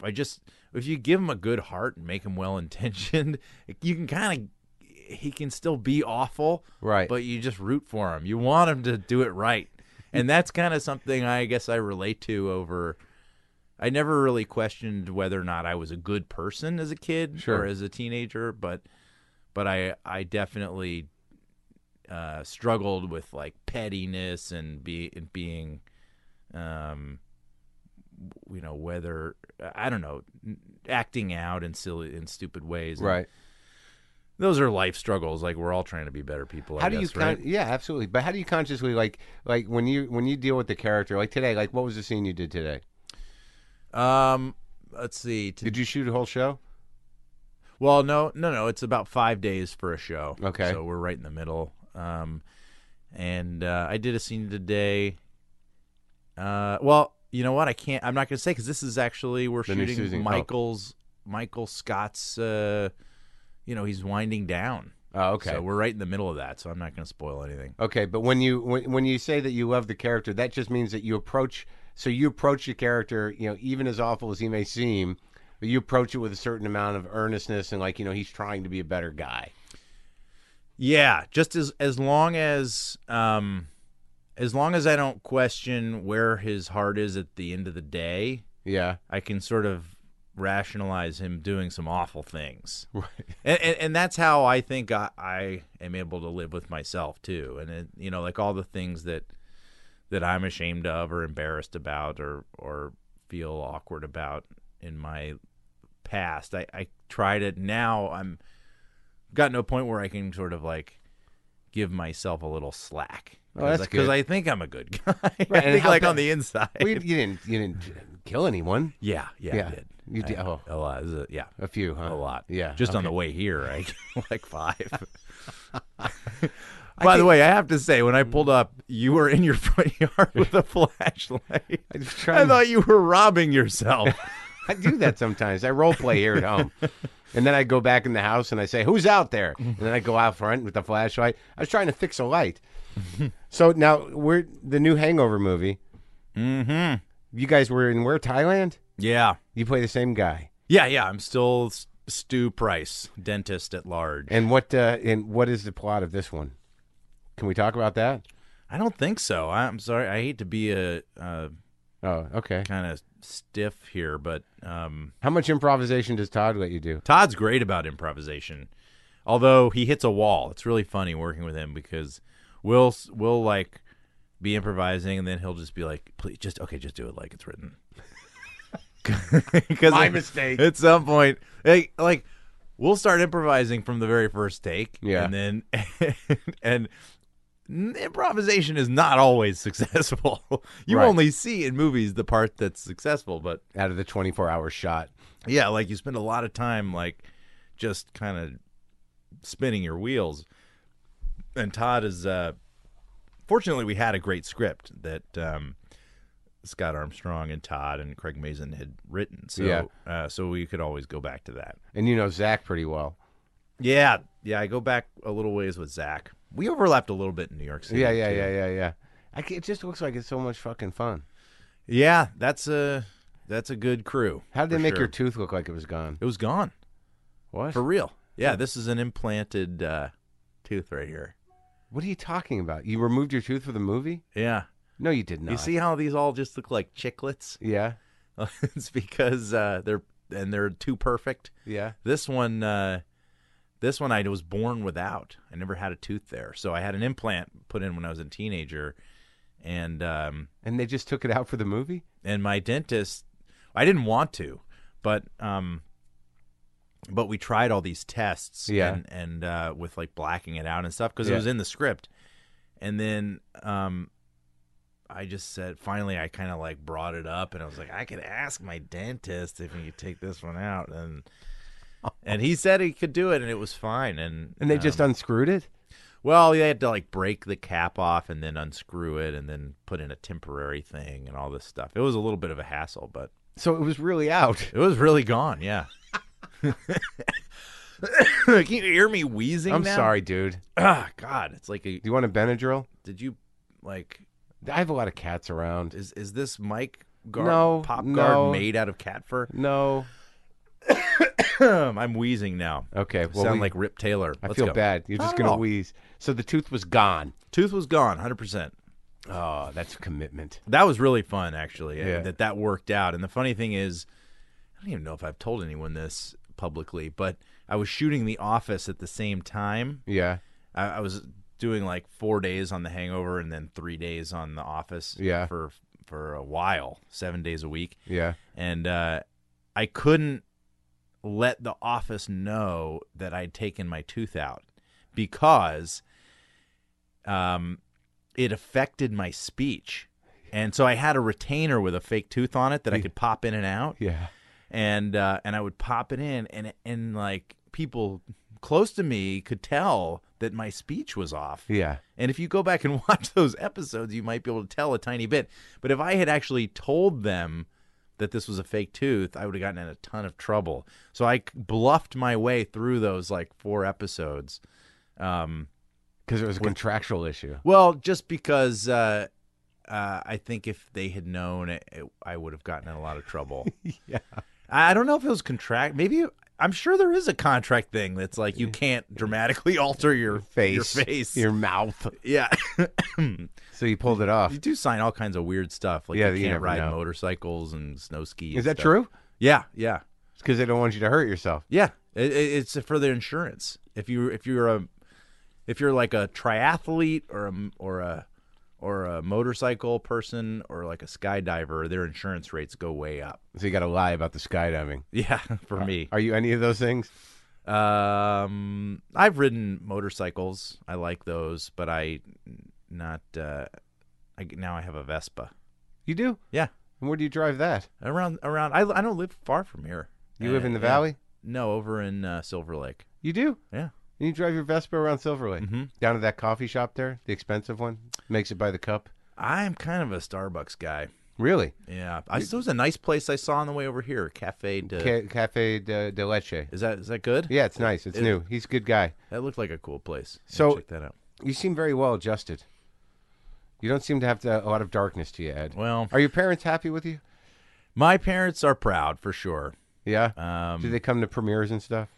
S5: I just if you give him a good heart and make him well intentioned, you can kind of he can still be awful,
S1: Right.
S5: but you just root for him. You want him to do it right. And that's kind of something I guess I relate to over I never really questioned whether or not I was a good person as a kid
S1: Sure.
S5: or as a teenager, but but I I definitely uh, struggled with like pettiness and be and being um you know whether I don't know acting out in silly in stupid ways. And
S1: right.
S5: Those are life struggles like we're all trying to be better people I
S1: How do you
S5: guess,
S1: con-
S5: right?
S1: yeah, absolutely. But how do you consciously like like when you when you deal with the character like today, like what was the scene you did today?
S5: Um, let's see. To,
S1: Did you shoot a whole show?
S5: well, no, no, no. It's about five days for a show.
S1: Okay.
S5: so we're right in the middle. Um, and uh, I did a scene today. Uh, well, you know what? I can't. I'm not going to say because this is actually we're
S1: The new
S5: shooting
S1: Susan- oh.
S5: Michael's Michael Scott's. Uh, you know, he's winding down.
S1: Oh, okay.
S5: So we're right in the middle of that. So I'm not going to spoil anything.
S1: Okay, but when you when, when you say that you love the character, that just means that you approach so you approach the character, you know, even as awful as he may seem, but you approach it with a certain amount of earnestness and like, you know, he's trying to be a better guy.
S5: Yeah, just as as long as um as long as I don't question where his heart is at the end of the day,
S1: Yeah.
S5: I can sort of rationalize him doing some awful things.
S1: Right.
S5: And and, and that's how I think I, I am able to live with myself too. And it, you know, like all the things that that I'm ashamed of or embarrassed about or or feel awkward about in my past. I, I tried it now I'm gotten to a point where I can sort of like give myself a little slack.
S1: Oh, that's
S5: Because
S1: good.
S5: I think I'm a good guy.
S1: and
S5: I think
S1: how
S5: like
S1: bad-
S5: on the inside.
S1: Well, you, you didn't you didn't kill anyone.
S5: yeah, yeah,
S1: Yeah.
S5: I did.
S1: You
S5: I-
S1: did. Oh,
S5: a lot. This is a- yeah,
S1: a few, huh?
S5: a lot.
S1: Yeah.
S5: just on
S1: okay.
S5: the way here, I like five. By the way, I have to say, when I pulled up, you were in your front yard with a flashlight.
S1: I just try
S5: I
S1: and-
S5: thought you were robbing yourself.
S1: I do that sometimes. I role play here at home. And then I go back in the house and I say, Who's out there? And then I go out front with the flashlight. I was trying to fix a light. so now we're the new hangover movie.
S5: mm-hmm.
S1: You guys were in where? Thailand?
S5: Yeah,
S1: You play the same guy.
S5: yeah, yeah. I'm still S- Stu Price, dentist at large.
S1: And what uh and what is the plot of this one? Can we talk about that?
S5: I don't think so. I'm sorry. I hate to be a, uh
S1: Oh, okay.
S5: kind of stiff here, but um,
S1: How much improvisation does Todd let you do?
S5: Todd's great about improvisation. Although he hits a wall, it's really funny working with him because we'll we'll like be improvising and then he'll just be like, "Please, just okay, just do it like it's written." Because
S1: My mistake.
S5: At some point, like, like we'll start improvising from the very first take,
S1: Yeah.
S5: and then and, and improvisation is not always successful. you
S1: Right.
S5: only see in movies the part that's successful, but
S1: Out of the twenty four hour shot.
S5: yeah, like you spend a lot of time like just kind of spinning your wheels. And Todd is uh, fortunately we had a great script that um, Scott Armstrong and Todd and Craig Mason had written. So
S1: Yeah.
S5: uh, so we could always go back to that.
S1: And you know Zach pretty well.
S5: Yeah, yeah. I go back a little ways with Zach. We overlapped a little bit in New York City.
S1: Yeah, yeah,
S5: too.
S1: yeah, yeah, yeah. I ca- it just looks like it's so much fucking fun.
S5: Yeah, that's a that's a good crew.
S1: How did they
S5: for
S1: make
S5: sure.
S1: your tooth look like it was gone?
S5: It was gone
S1: What?
S5: for real. Yeah, this is an implanted uh, tooth right here.
S1: what are you talking about? You removed your tooth for the movie?
S5: Yeah,
S1: No, you did not.
S5: you see how these all just look like chiclets?
S1: Yeah,
S5: it's because uh, they're and they're too perfect.
S1: yeah.
S5: This one, uh, this one, I was born without. I never had a tooth there, so I had an implant put in when I was a teenager, and um,
S1: And they just took it out for the movie?
S5: and my dentist i didn't want to but um but we tried all these tests
S1: Yeah.
S5: and, and uh with like blacking it out and stuff because
S1: Yeah.
S5: it was in the script and then um i just said finally i kind of like brought it up and i was like i could ask my dentist if he could take this one out and and he said he could do it and it was fine and
S1: And they just
S5: um,
S1: unscrewed it?
S5: well, they had to like break the cap off and then unscrew it and then put in a temporary thing and all this stuff. It was a little bit of a hassle, but
S1: So it was really out.
S5: it was really gone. Yeah. Can you hear me wheezing?
S1: I'm
S5: now?
S1: sorry, dude.
S5: Ah, God, it's like a.
S1: Do you want a Benadryl?
S5: Did you like?
S1: I have a lot of cats around.
S5: Is is this mic guard
S1: No,
S5: pop guard
S1: no.
S5: made out of cat fur?
S1: No.
S5: I'm wheezing now.
S1: Okay. Well, we-
S5: Sound like Rip Taylor.
S1: I
S5: Let's
S1: feel
S5: go.
S1: bad. You're
S5: Not
S1: just
S5: at
S1: gonna
S5: all.
S1: wheeze. So the tooth was gone.
S5: Tooth was gone, hundred percent.
S1: Oh, that's commitment.
S5: That was really fun, actually,
S1: Yeah.
S5: that that worked out. And the funny thing is, I don't even know if I've told anyone this publicly, but I was shooting The Office at the same time.
S1: Yeah.
S5: I, I was doing like four days on The Hangover and then three days on The Office.
S1: Yeah.
S5: for for a while, seven days a week,
S1: Yeah.
S5: and uh, I couldn't let The Office know that I'd taken my tooth out because um, it affected my speech. And so I had a retainer with a fake tooth on it that I could pop in and out,
S1: Yeah.
S5: and uh, and I would pop it in, and and like people close to me could tell that my speech was off.
S1: Yeah.
S5: And if you go back and watch those episodes, you might be able to tell a tiny bit. But if I had actually told them that this was a fake tooth, I would have gotten in a ton of trouble. So I bluffed my way through those like four episodes. Um,
S1: Because it was a contractual issue.
S5: well, just because uh, uh, I think if they had known, it, it, I would have gotten in a lot of trouble.
S1: Yeah.
S5: I I don't know if it was contract. Maybe I'm sure there is a contract thing that's like you can't dramatically alter your
S1: Face.
S5: Your face.
S1: Your mouth.
S5: yeah.
S1: So you pulled it off.
S5: You do sign all kinds of weird stuff. Like
S1: Yeah,
S5: you
S1: you
S5: can't
S1: never
S5: ride
S1: know.
S5: motorcycles and snow skis.
S1: Is that true?
S5: Yeah, yeah,
S1: It's because they don't want you to hurt yourself.
S5: yeah. It, it- it's for the insurance. If you if you're a if you're like a triathlete or a m- or a or a motorcycle person or like a skydiver, their insurance rates go way up.
S1: So you got to lie about the skydiving.
S5: Yeah, for me.
S1: Are you any of those things?
S5: Um, I've ridden motorcycles. I like those, but I not. Uh, I now I have a Vespa.
S1: You do.
S5: Yeah,
S1: And where do you drive that?
S5: around around. I I don't live far from here.
S1: You live
S5: Uh,
S1: in the
S5: yeah.
S1: valley.
S5: No, over in uh, Silver Lake.
S1: You do.
S5: Yeah.
S1: And you drive your Vespa around Silver Lake,
S5: Mhm.
S1: down to that coffee shop there, the expensive one, makes it by the cup.
S5: I'm kind of a Starbucks guy.
S1: Really,
S5: Yeah, I, there was a nice place I saw on the way over here, Cafe de.
S1: Ca- Cafe de, de Leche.
S5: is that is that good?
S1: Yeah, it's nice. It's
S5: It-
S1: new. He's a good guy.
S5: That looked like a cool place. Yeah,
S1: So-
S5: check that out.
S1: You seem very well adjusted. You don't seem to have to, a lot of darkness to you, Ed.
S5: Well,
S1: Are your parents happy with you?
S5: my parents are proud for sure.
S1: Yeah. Do
S5: Um,
S1: they come to premieres and stuff?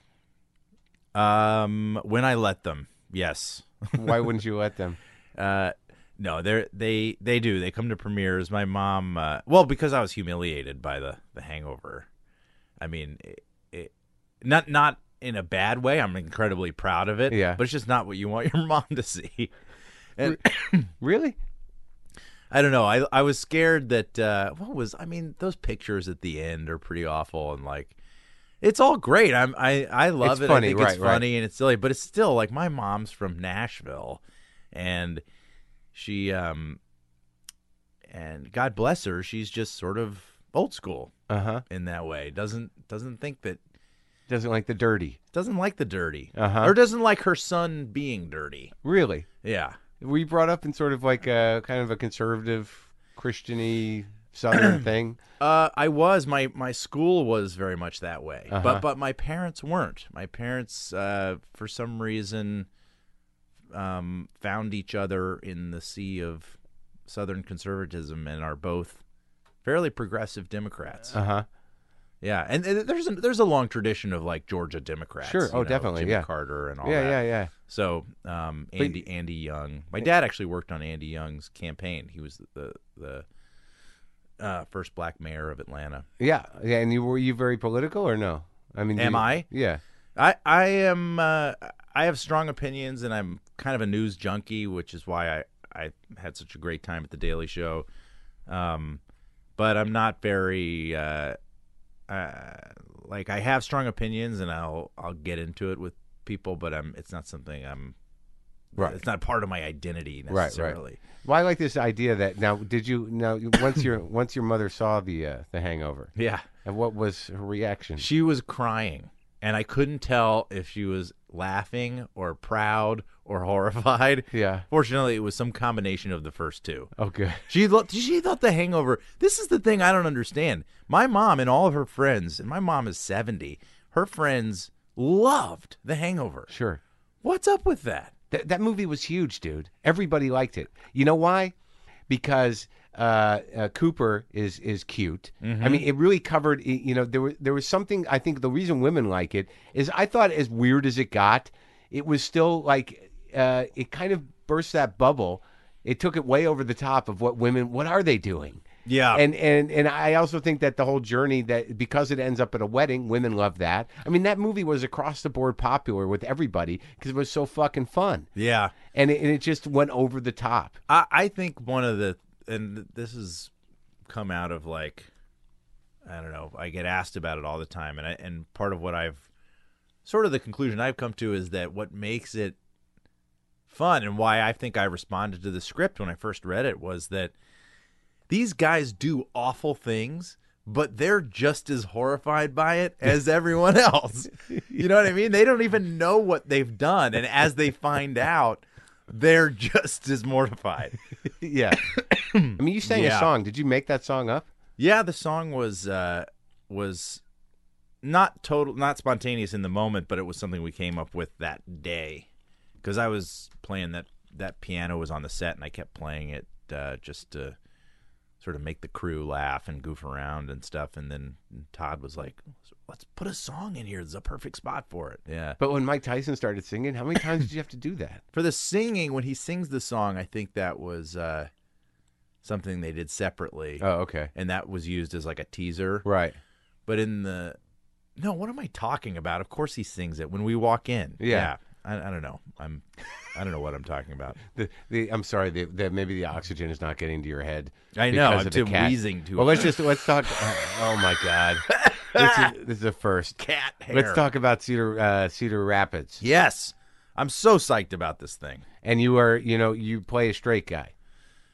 S5: um, when I let them, yes.
S1: Why wouldn't you let them?
S5: Uh, no, they they they do. They come to premieres. My mom, uh, well, because I was humiliated by the the Hangover. I mean, it, it, not not in a bad way. I'm incredibly proud of it.
S1: Yeah.
S5: but it's just not what you want your mom to see. And
S1: Really?
S5: I don't know. I I was scared that uh, what was I mean? Those pictures at the end are pretty awful and like. It's all great. I'm I I love
S1: It's
S5: it.
S1: funny,
S5: I think
S1: right,
S5: it's
S1: right.
S5: funny and it's silly, but it's still like my mom's from Nashville, and she um and God bless her, she's just sort of old school
S1: Uh huh.
S5: in that way. Doesn't doesn't think that
S1: Doesn't like the dirty.
S5: Doesn't like the dirty,
S1: Uh-huh.
S5: or doesn't like her son being dirty.
S1: Really?
S5: Yeah,
S1: Were you brought up in sort of like a kind of a conservative, Christiany Southern thing?
S5: Uh, I was my my school was very much that way,
S1: Uh-huh.
S5: but but my parents weren't. My parents, uh, for some reason, um, found each other in the sea of Southern conservatism and are both fairly progressive Democrats.
S1: Uh huh.
S5: Yeah, and, and there's a, there's a long tradition of like Georgia Democrats.
S1: Sure.
S5: you
S1: Oh,
S5: know,
S1: definitely,
S5: Jimmy
S1: yeah.
S5: Carter and all
S1: Yeah,
S5: that.
S1: yeah, yeah.
S5: So um, Andy Andy Young, my dad actually worked on Andy Young's campaign. He was the the, the uh, first black mayor of Atlanta.
S1: Yeah. Yeah. And you were you very political or no? I mean,
S5: Am
S1: you-
S5: I?
S1: Yeah.
S5: I I am uh, I have strong opinions and I'm kind of a news junkie, which is why I I had such a great time at the Daily Show. Um, but I'm not very uh, uh, like I have strong opinions and I'll I'll get into it with people, but I'm it's not something I'm
S1: Right.
S5: It's not part of my identity
S1: right.
S5: necessarily.
S1: Well, I like this idea that now. Did you now once your once your mother saw the uh, the Hangover,
S5: Yeah,
S1: and what was her reaction?
S5: she was crying. And I couldn't tell if she was laughing or proud or horrified.
S1: Yeah.
S5: Fortunately, it was some combination of the first two.
S1: Oh, good.
S5: She looked. She thought the Hangover. This is the thing I don't understand. My mom and all of her friends, and my mom is seventy. Her friends loved the Hangover.
S1: Sure.
S5: What's up with that?
S1: That that movie was huge, dude. Everybody liked it. You know why? Because uh, uh, Cooper is is cute. I mean, it really covered. y- You know, there was there was something. I think the reason women like it is I thought as weird as it got, it was still like uh, it kind of burst that bubble. It took it way over the top of what women. What are they doing?
S5: Yeah.
S1: And and and I also think that the whole journey that because it ends up at a wedding, women love that. I mean, that movie was across the board popular with everybody because it was so fucking fun
S5: Yeah,
S1: and it, and it just went over the top.
S5: I, I think one of the and this has come out of like I don't know. I get asked about it all the time, and I, and part of what I've sort of the conclusion I've come to is that what makes it fun and why I think I responded to the script when I first read it was that these guys do awful things, but they're just as horrified by it as everyone else. You know what I mean? They don't even know what they've done, and as they find out, they're just as mortified.
S1: yeah. I mean, you sang a
S5: Yeah.
S1: song. Did you make that song up?
S5: Yeah, the song was uh, was not total, not spontaneous in the moment, but it was something we came up with that day because I was playing that that piano was on the set, and I kept playing it uh, just to sort of make the crew laugh and goof around and stuff. And then Todd was like, "Let's put a song in here. It's a perfect spot for it." Yeah.
S1: But when Mike Tyson started singing, how many times did you have to do that?
S5: For the singing, when he sings the song, I think that was uh, something they did separately,
S1: Oh, okay.
S5: and that was used as like a teaser.
S1: Right.
S5: But in the no, what am I talking about? Of course he sings it when we walk in.
S1: Yeah.
S5: I, I don't know. I'm I don't know what I'm talking about.
S1: The, the I'm sorry. The, the, maybe the oxygen is not getting to your head.
S5: I know,
S1: because
S5: I'm
S1: of the
S5: too
S1: cat.
S5: wheezing too
S1: Well, let's just let's talk. oh my God. This is, this is a first.
S5: Cat hair.
S1: Let's talk about Cedar uh, Cedar Rapids.
S5: Yes. I'm so psyched about this thing.
S1: And you are, you know, you play a straight guy.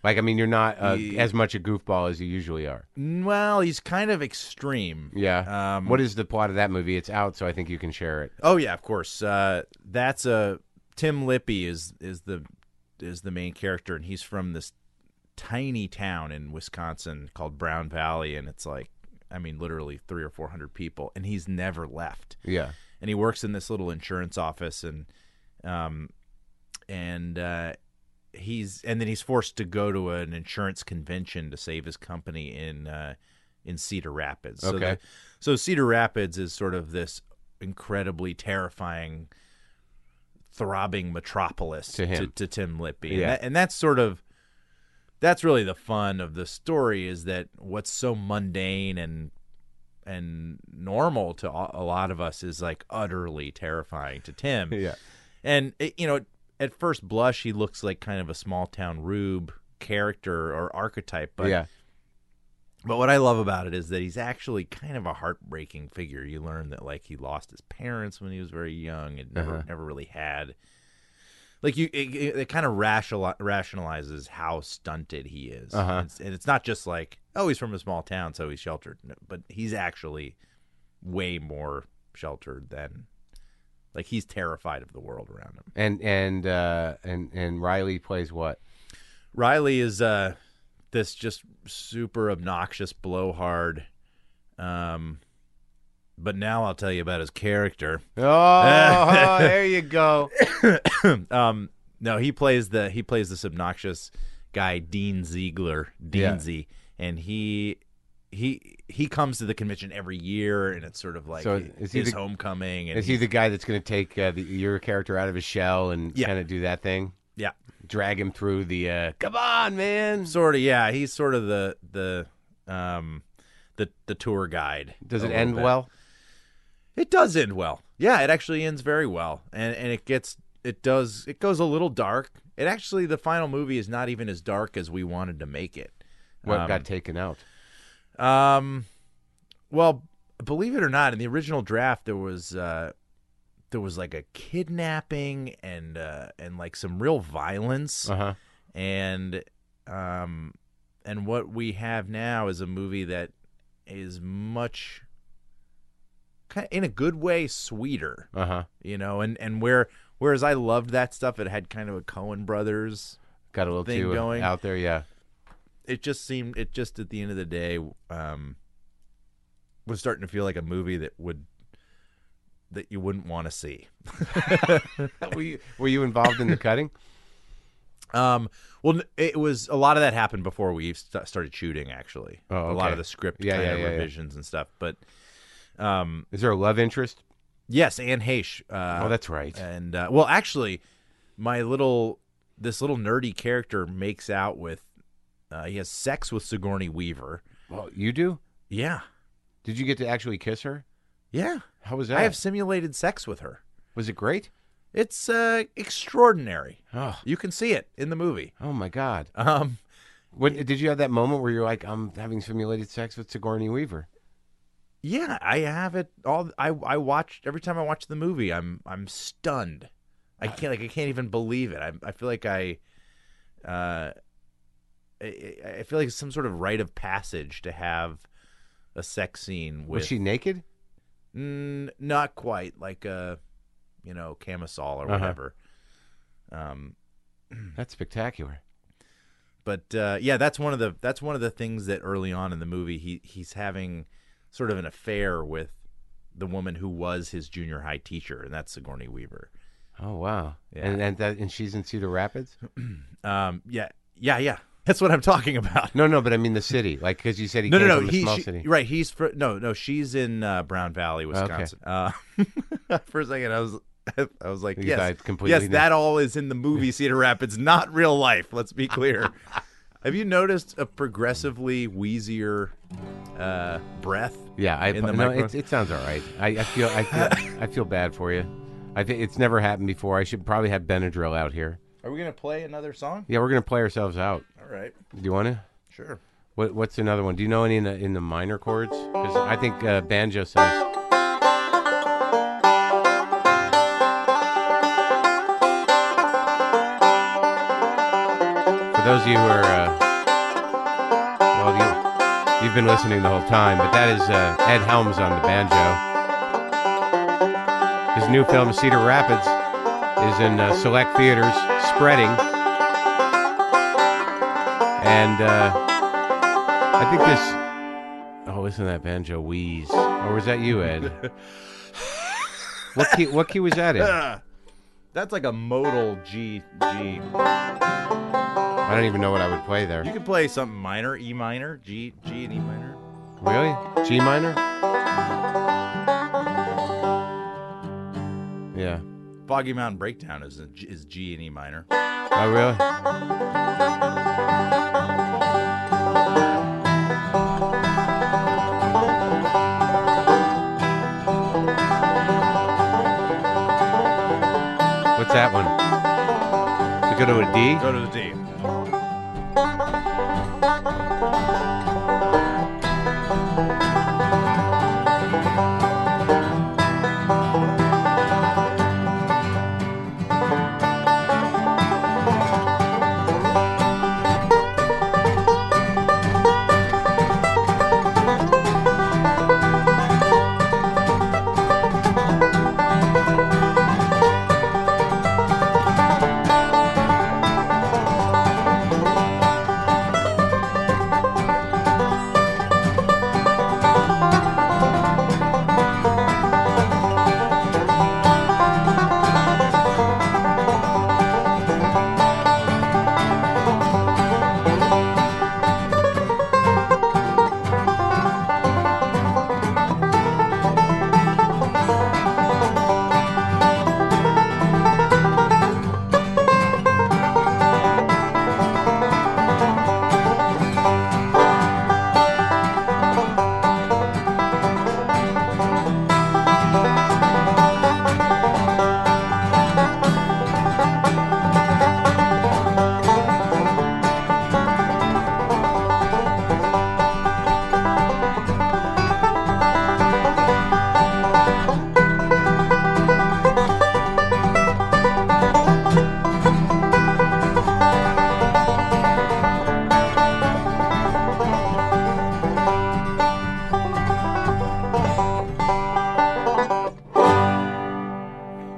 S1: Like I mean, you're not uh,
S5: Ye-
S1: as much a goofball as you usually are.
S5: Well, he's kind of extreme.
S1: Yeah.
S5: Um,
S1: what is the plot of that movie? It's out, so I think you can share it.
S5: Oh yeah, of course. Uh, that's a Tim Lippy is is the is the main character, and he's from this tiny town in Wisconsin called Brown Valley, and it's like, I mean, literally three or four hundred people, and he's never left.
S1: Yeah.
S5: and he works in this little insurance office and um and uh he's and then he's forced to go to an insurance convention to save his company in uh in Cedar Rapids. So,
S1: Okay.
S5: the- so Cedar Rapids is sort of this incredibly terrifying throbbing metropolis
S1: To him.
S5: to, Tim Lippy.
S1: Yeah.
S5: And, that, and that's sort of that's really the fun of the story is that what's so mundane and and normal to a a lot of us is like utterly terrifying to Tim.
S1: Yeah.
S5: And it, you know, at first blush, he looks like kind of a small town rube character or archetype, but
S1: yeah.
S5: but what I love about it is that he's actually kind of a heartbreaking figure. You learn that like he lost his parents when he was very young and never
S1: Uh-huh.
S5: never really had. Like you, it, it, it kind of rational, rationalizes how stunted he is,
S1: Uh-huh.
S5: It's- and it's not just like oh he's from a small town so he's sheltered, No, but he's actually way more sheltered than like he's terrified of the world around him.
S1: And and uh, and and Riley plays what?
S5: Riley is uh this just super obnoxious blowhard. Um but now I'll tell you about his character.
S1: Oh, there you go.
S5: um no, he plays the he plays this obnoxious guy Dean Ziegler,
S1: Yeah.
S5: Deansy, and he he he comes to the convention every year and it's sort of like
S1: So is he
S5: his
S1: the-
S5: homecoming and
S1: Is he the guy that's going to take uh, the, your character out of his shell and
S5: Yeah.
S1: kind of do that thing?
S5: Yeah.
S1: Drag him through the. Uh, Come on, man.
S5: sort of yeah he's sort of the the um the the tour guide
S1: Does
S5: a
S1: it
S5: little
S1: end
S5: bit.
S1: well?
S5: it does end well yeah it actually ends very well and and it gets it does it goes a little dark it actually the final movie is not even as dark as we wanted to make it
S1: What
S5: Um,
S1: got taken out?
S5: um well believe it or not in the original draft there was uh there was like a kidnapping and uh and like some real violence
S1: Uh huh.
S5: and um and what we have now is a movie that is much kind in a good way sweeter
S1: Uh huh.
S5: you know and and where whereas i loved that stuff it had kind of a cohen brothers
S1: Got a little
S5: Thing
S1: too uh,
S5: going.
S1: out there, yeah.
S5: it just seemed it just at the end of the day um was starting to feel like a movie that would that you wouldn't want to see
S1: were, you, were you involved in the cutting?
S5: Um, well, n- it was a lot of that happened before we st- started shooting. Actually,
S1: Oh,
S5: a lot
S1: okay.
S5: of the script
S1: Yeah,
S5: kind of
S1: yeah, yeah, yeah.
S5: revisions and stuff. But um,
S1: Is there a love interest?
S5: yes, Anne Heche. Uh,
S1: oh, that's right.
S5: and uh, well, actually, my little this little nerdy character makes out with. Uh, he has sex with Sigourney Weaver.
S1: well, you do?
S5: Yeah,
S1: Did you get to actually kiss her?
S5: yeah.
S1: How was that?
S5: I have simulated sex with her.
S1: was it great?
S5: It's uh, extraordinary.
S1: Oh,
S5: You can see it in the movie.
S1: oh my God.
S5: Um,
S1: What, did you have that moment where you're like, I'm having simulated sex with Sigourney Weaver?
S5: Yeah, I have it all. I I watched every time I watch the movie. I'm I'm stunned. I
S1: Ah.
S5: can't like I can't even believe it. I I feel like I, uh, I, I- I feel like it's some sort of rite of passage to have a sex scene with
S1: Was she naked?
S5: Mm, not quite like a, you know, camisole or
S1: Uh-huh.
S5: whatever. Um,
S1: That's spectacular.
S5: but uh, yeah, that's one of the that's one of the things that early on in the movie he he's having sort of an affair with the woman who was his junior high teacher, and that's Sigourney Weaver.
S1: Oh wow.
S5: Yeah.
S1: And and that, and she's in Cedar Rapids?
S5: Um, yeah, yeah, yeah. That's what I'm talking about.
S1: No, no, but I mean the city. Like cuz you said he
S5: No, no,
S1: came
S5: no.
S1: from a
S5: He,
S1: small
S5: she-
S1: city.
S5: right. He's fr- no, no. She's in uh, Brown Valley, Wisconsin. Uh, for a second, I was, I was like,
S1: You
S5: yes,
S1: thought completely
S5: yes.
S1: different.
S5: That all is in the movie Cedar Rapids, not real life. Let's be clear. Have you noticed a progressively wheezier uh, breath?
S1: Yeah, I
S5: in the
S1: no,
S5: micro-
S1: it, it sounds all right. I, I feel I feel I feel bad for you. I think it's never happened before. I should probably have Benadryl out here.
S5: Are we gonna play another song?
S1: Yeah, we're going to play ourselves out.
S5: All right,
S1: Do you want to?
S5: sure.
S1: What, what's another one? Do you know any in the, in the minor chords? 'Cause I think uh, banjo says. For those of you who are, uh, well, you, you've been listening the whole time, but that is uh, Ed Helms on the banjo. His new film, Cedar Rapids, is in uh, select theaters, spreading. And. Uh, I think this. Oh, listen to that banjo wheeze. Or was that you, Ed? what key? What key was that in? I
S5: That's like a modal G G.
S1: don't even know what I would play
S5: You
S1: there.
S5: can play something minor, E minor, G G and E minor.
S1: Really? G minor? Yeah.
S5: Foggy Mountain Breakdown is a G, is G and E minor.
S1: Oh, really? What's that one? To go to a D?
S5: Go to the D.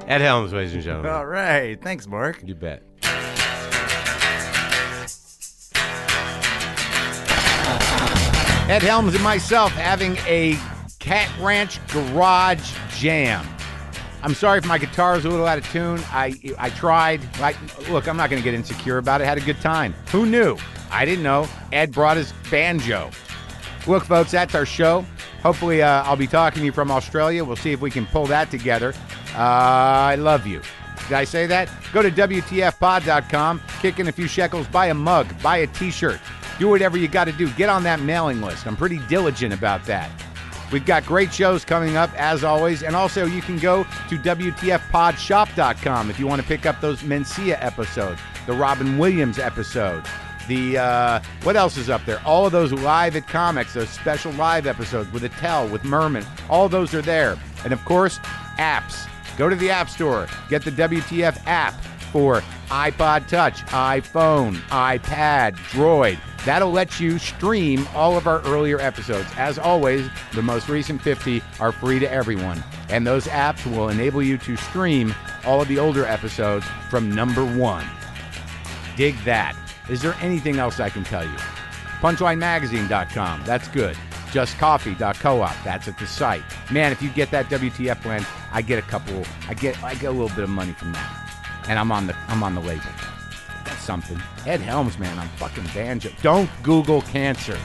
S1: Helms, ladies and gentlemen.
S5: All right. Thanks, Mark.
S1: You bet.
S4: Ed Helms and myself having a Cat Ranch garage jam. I'm sorry if my guitar is a little out of tune. I I tried. Like, look, I'm not going to get insecure about it. Had a good time. Who knew? I didn't know. Ed brought his banjo. Look, folks, that's our show. Hopefully, uh, I'll be talking to you from Australia. We'll see if we can pull that together. Uh, I love you. Did I say that? Go to WTFpod.com, kick in a few shekels, buy a mug, buy a t shirt, do whatever you got to do. Get on that mailing list. I'm pretty diligent about that. We've got great shows coming up, as always. And also, you can go to WTFpodshop.com if you want to pick up those Mencia episodes, the Robin Williams episode. The uh, what else is up there? All of those live at comics, those special live episodes with Attell, with Merman, all those are there. And of course, apps. Go to the App Store, get the WTF app for iPod Touch, iPhone, iPad, Droid. That'll let you stream all of our earlier episodes. As always, the most recent 50 are free to everyone, and those apps will enable you to stream all of the older episodes from number one. Dig that. Is there anything else I can tell you? PunchlineMagazine.com. That's good. JustCoffee.coop. That's at the site. Man, if you get that WTF plan, I get a couple. I get I get a little bit of money from that, and I'm on the I'm on the label. That's something. Ed Helms, man, I'm fucking banjo. Don't Google cancer.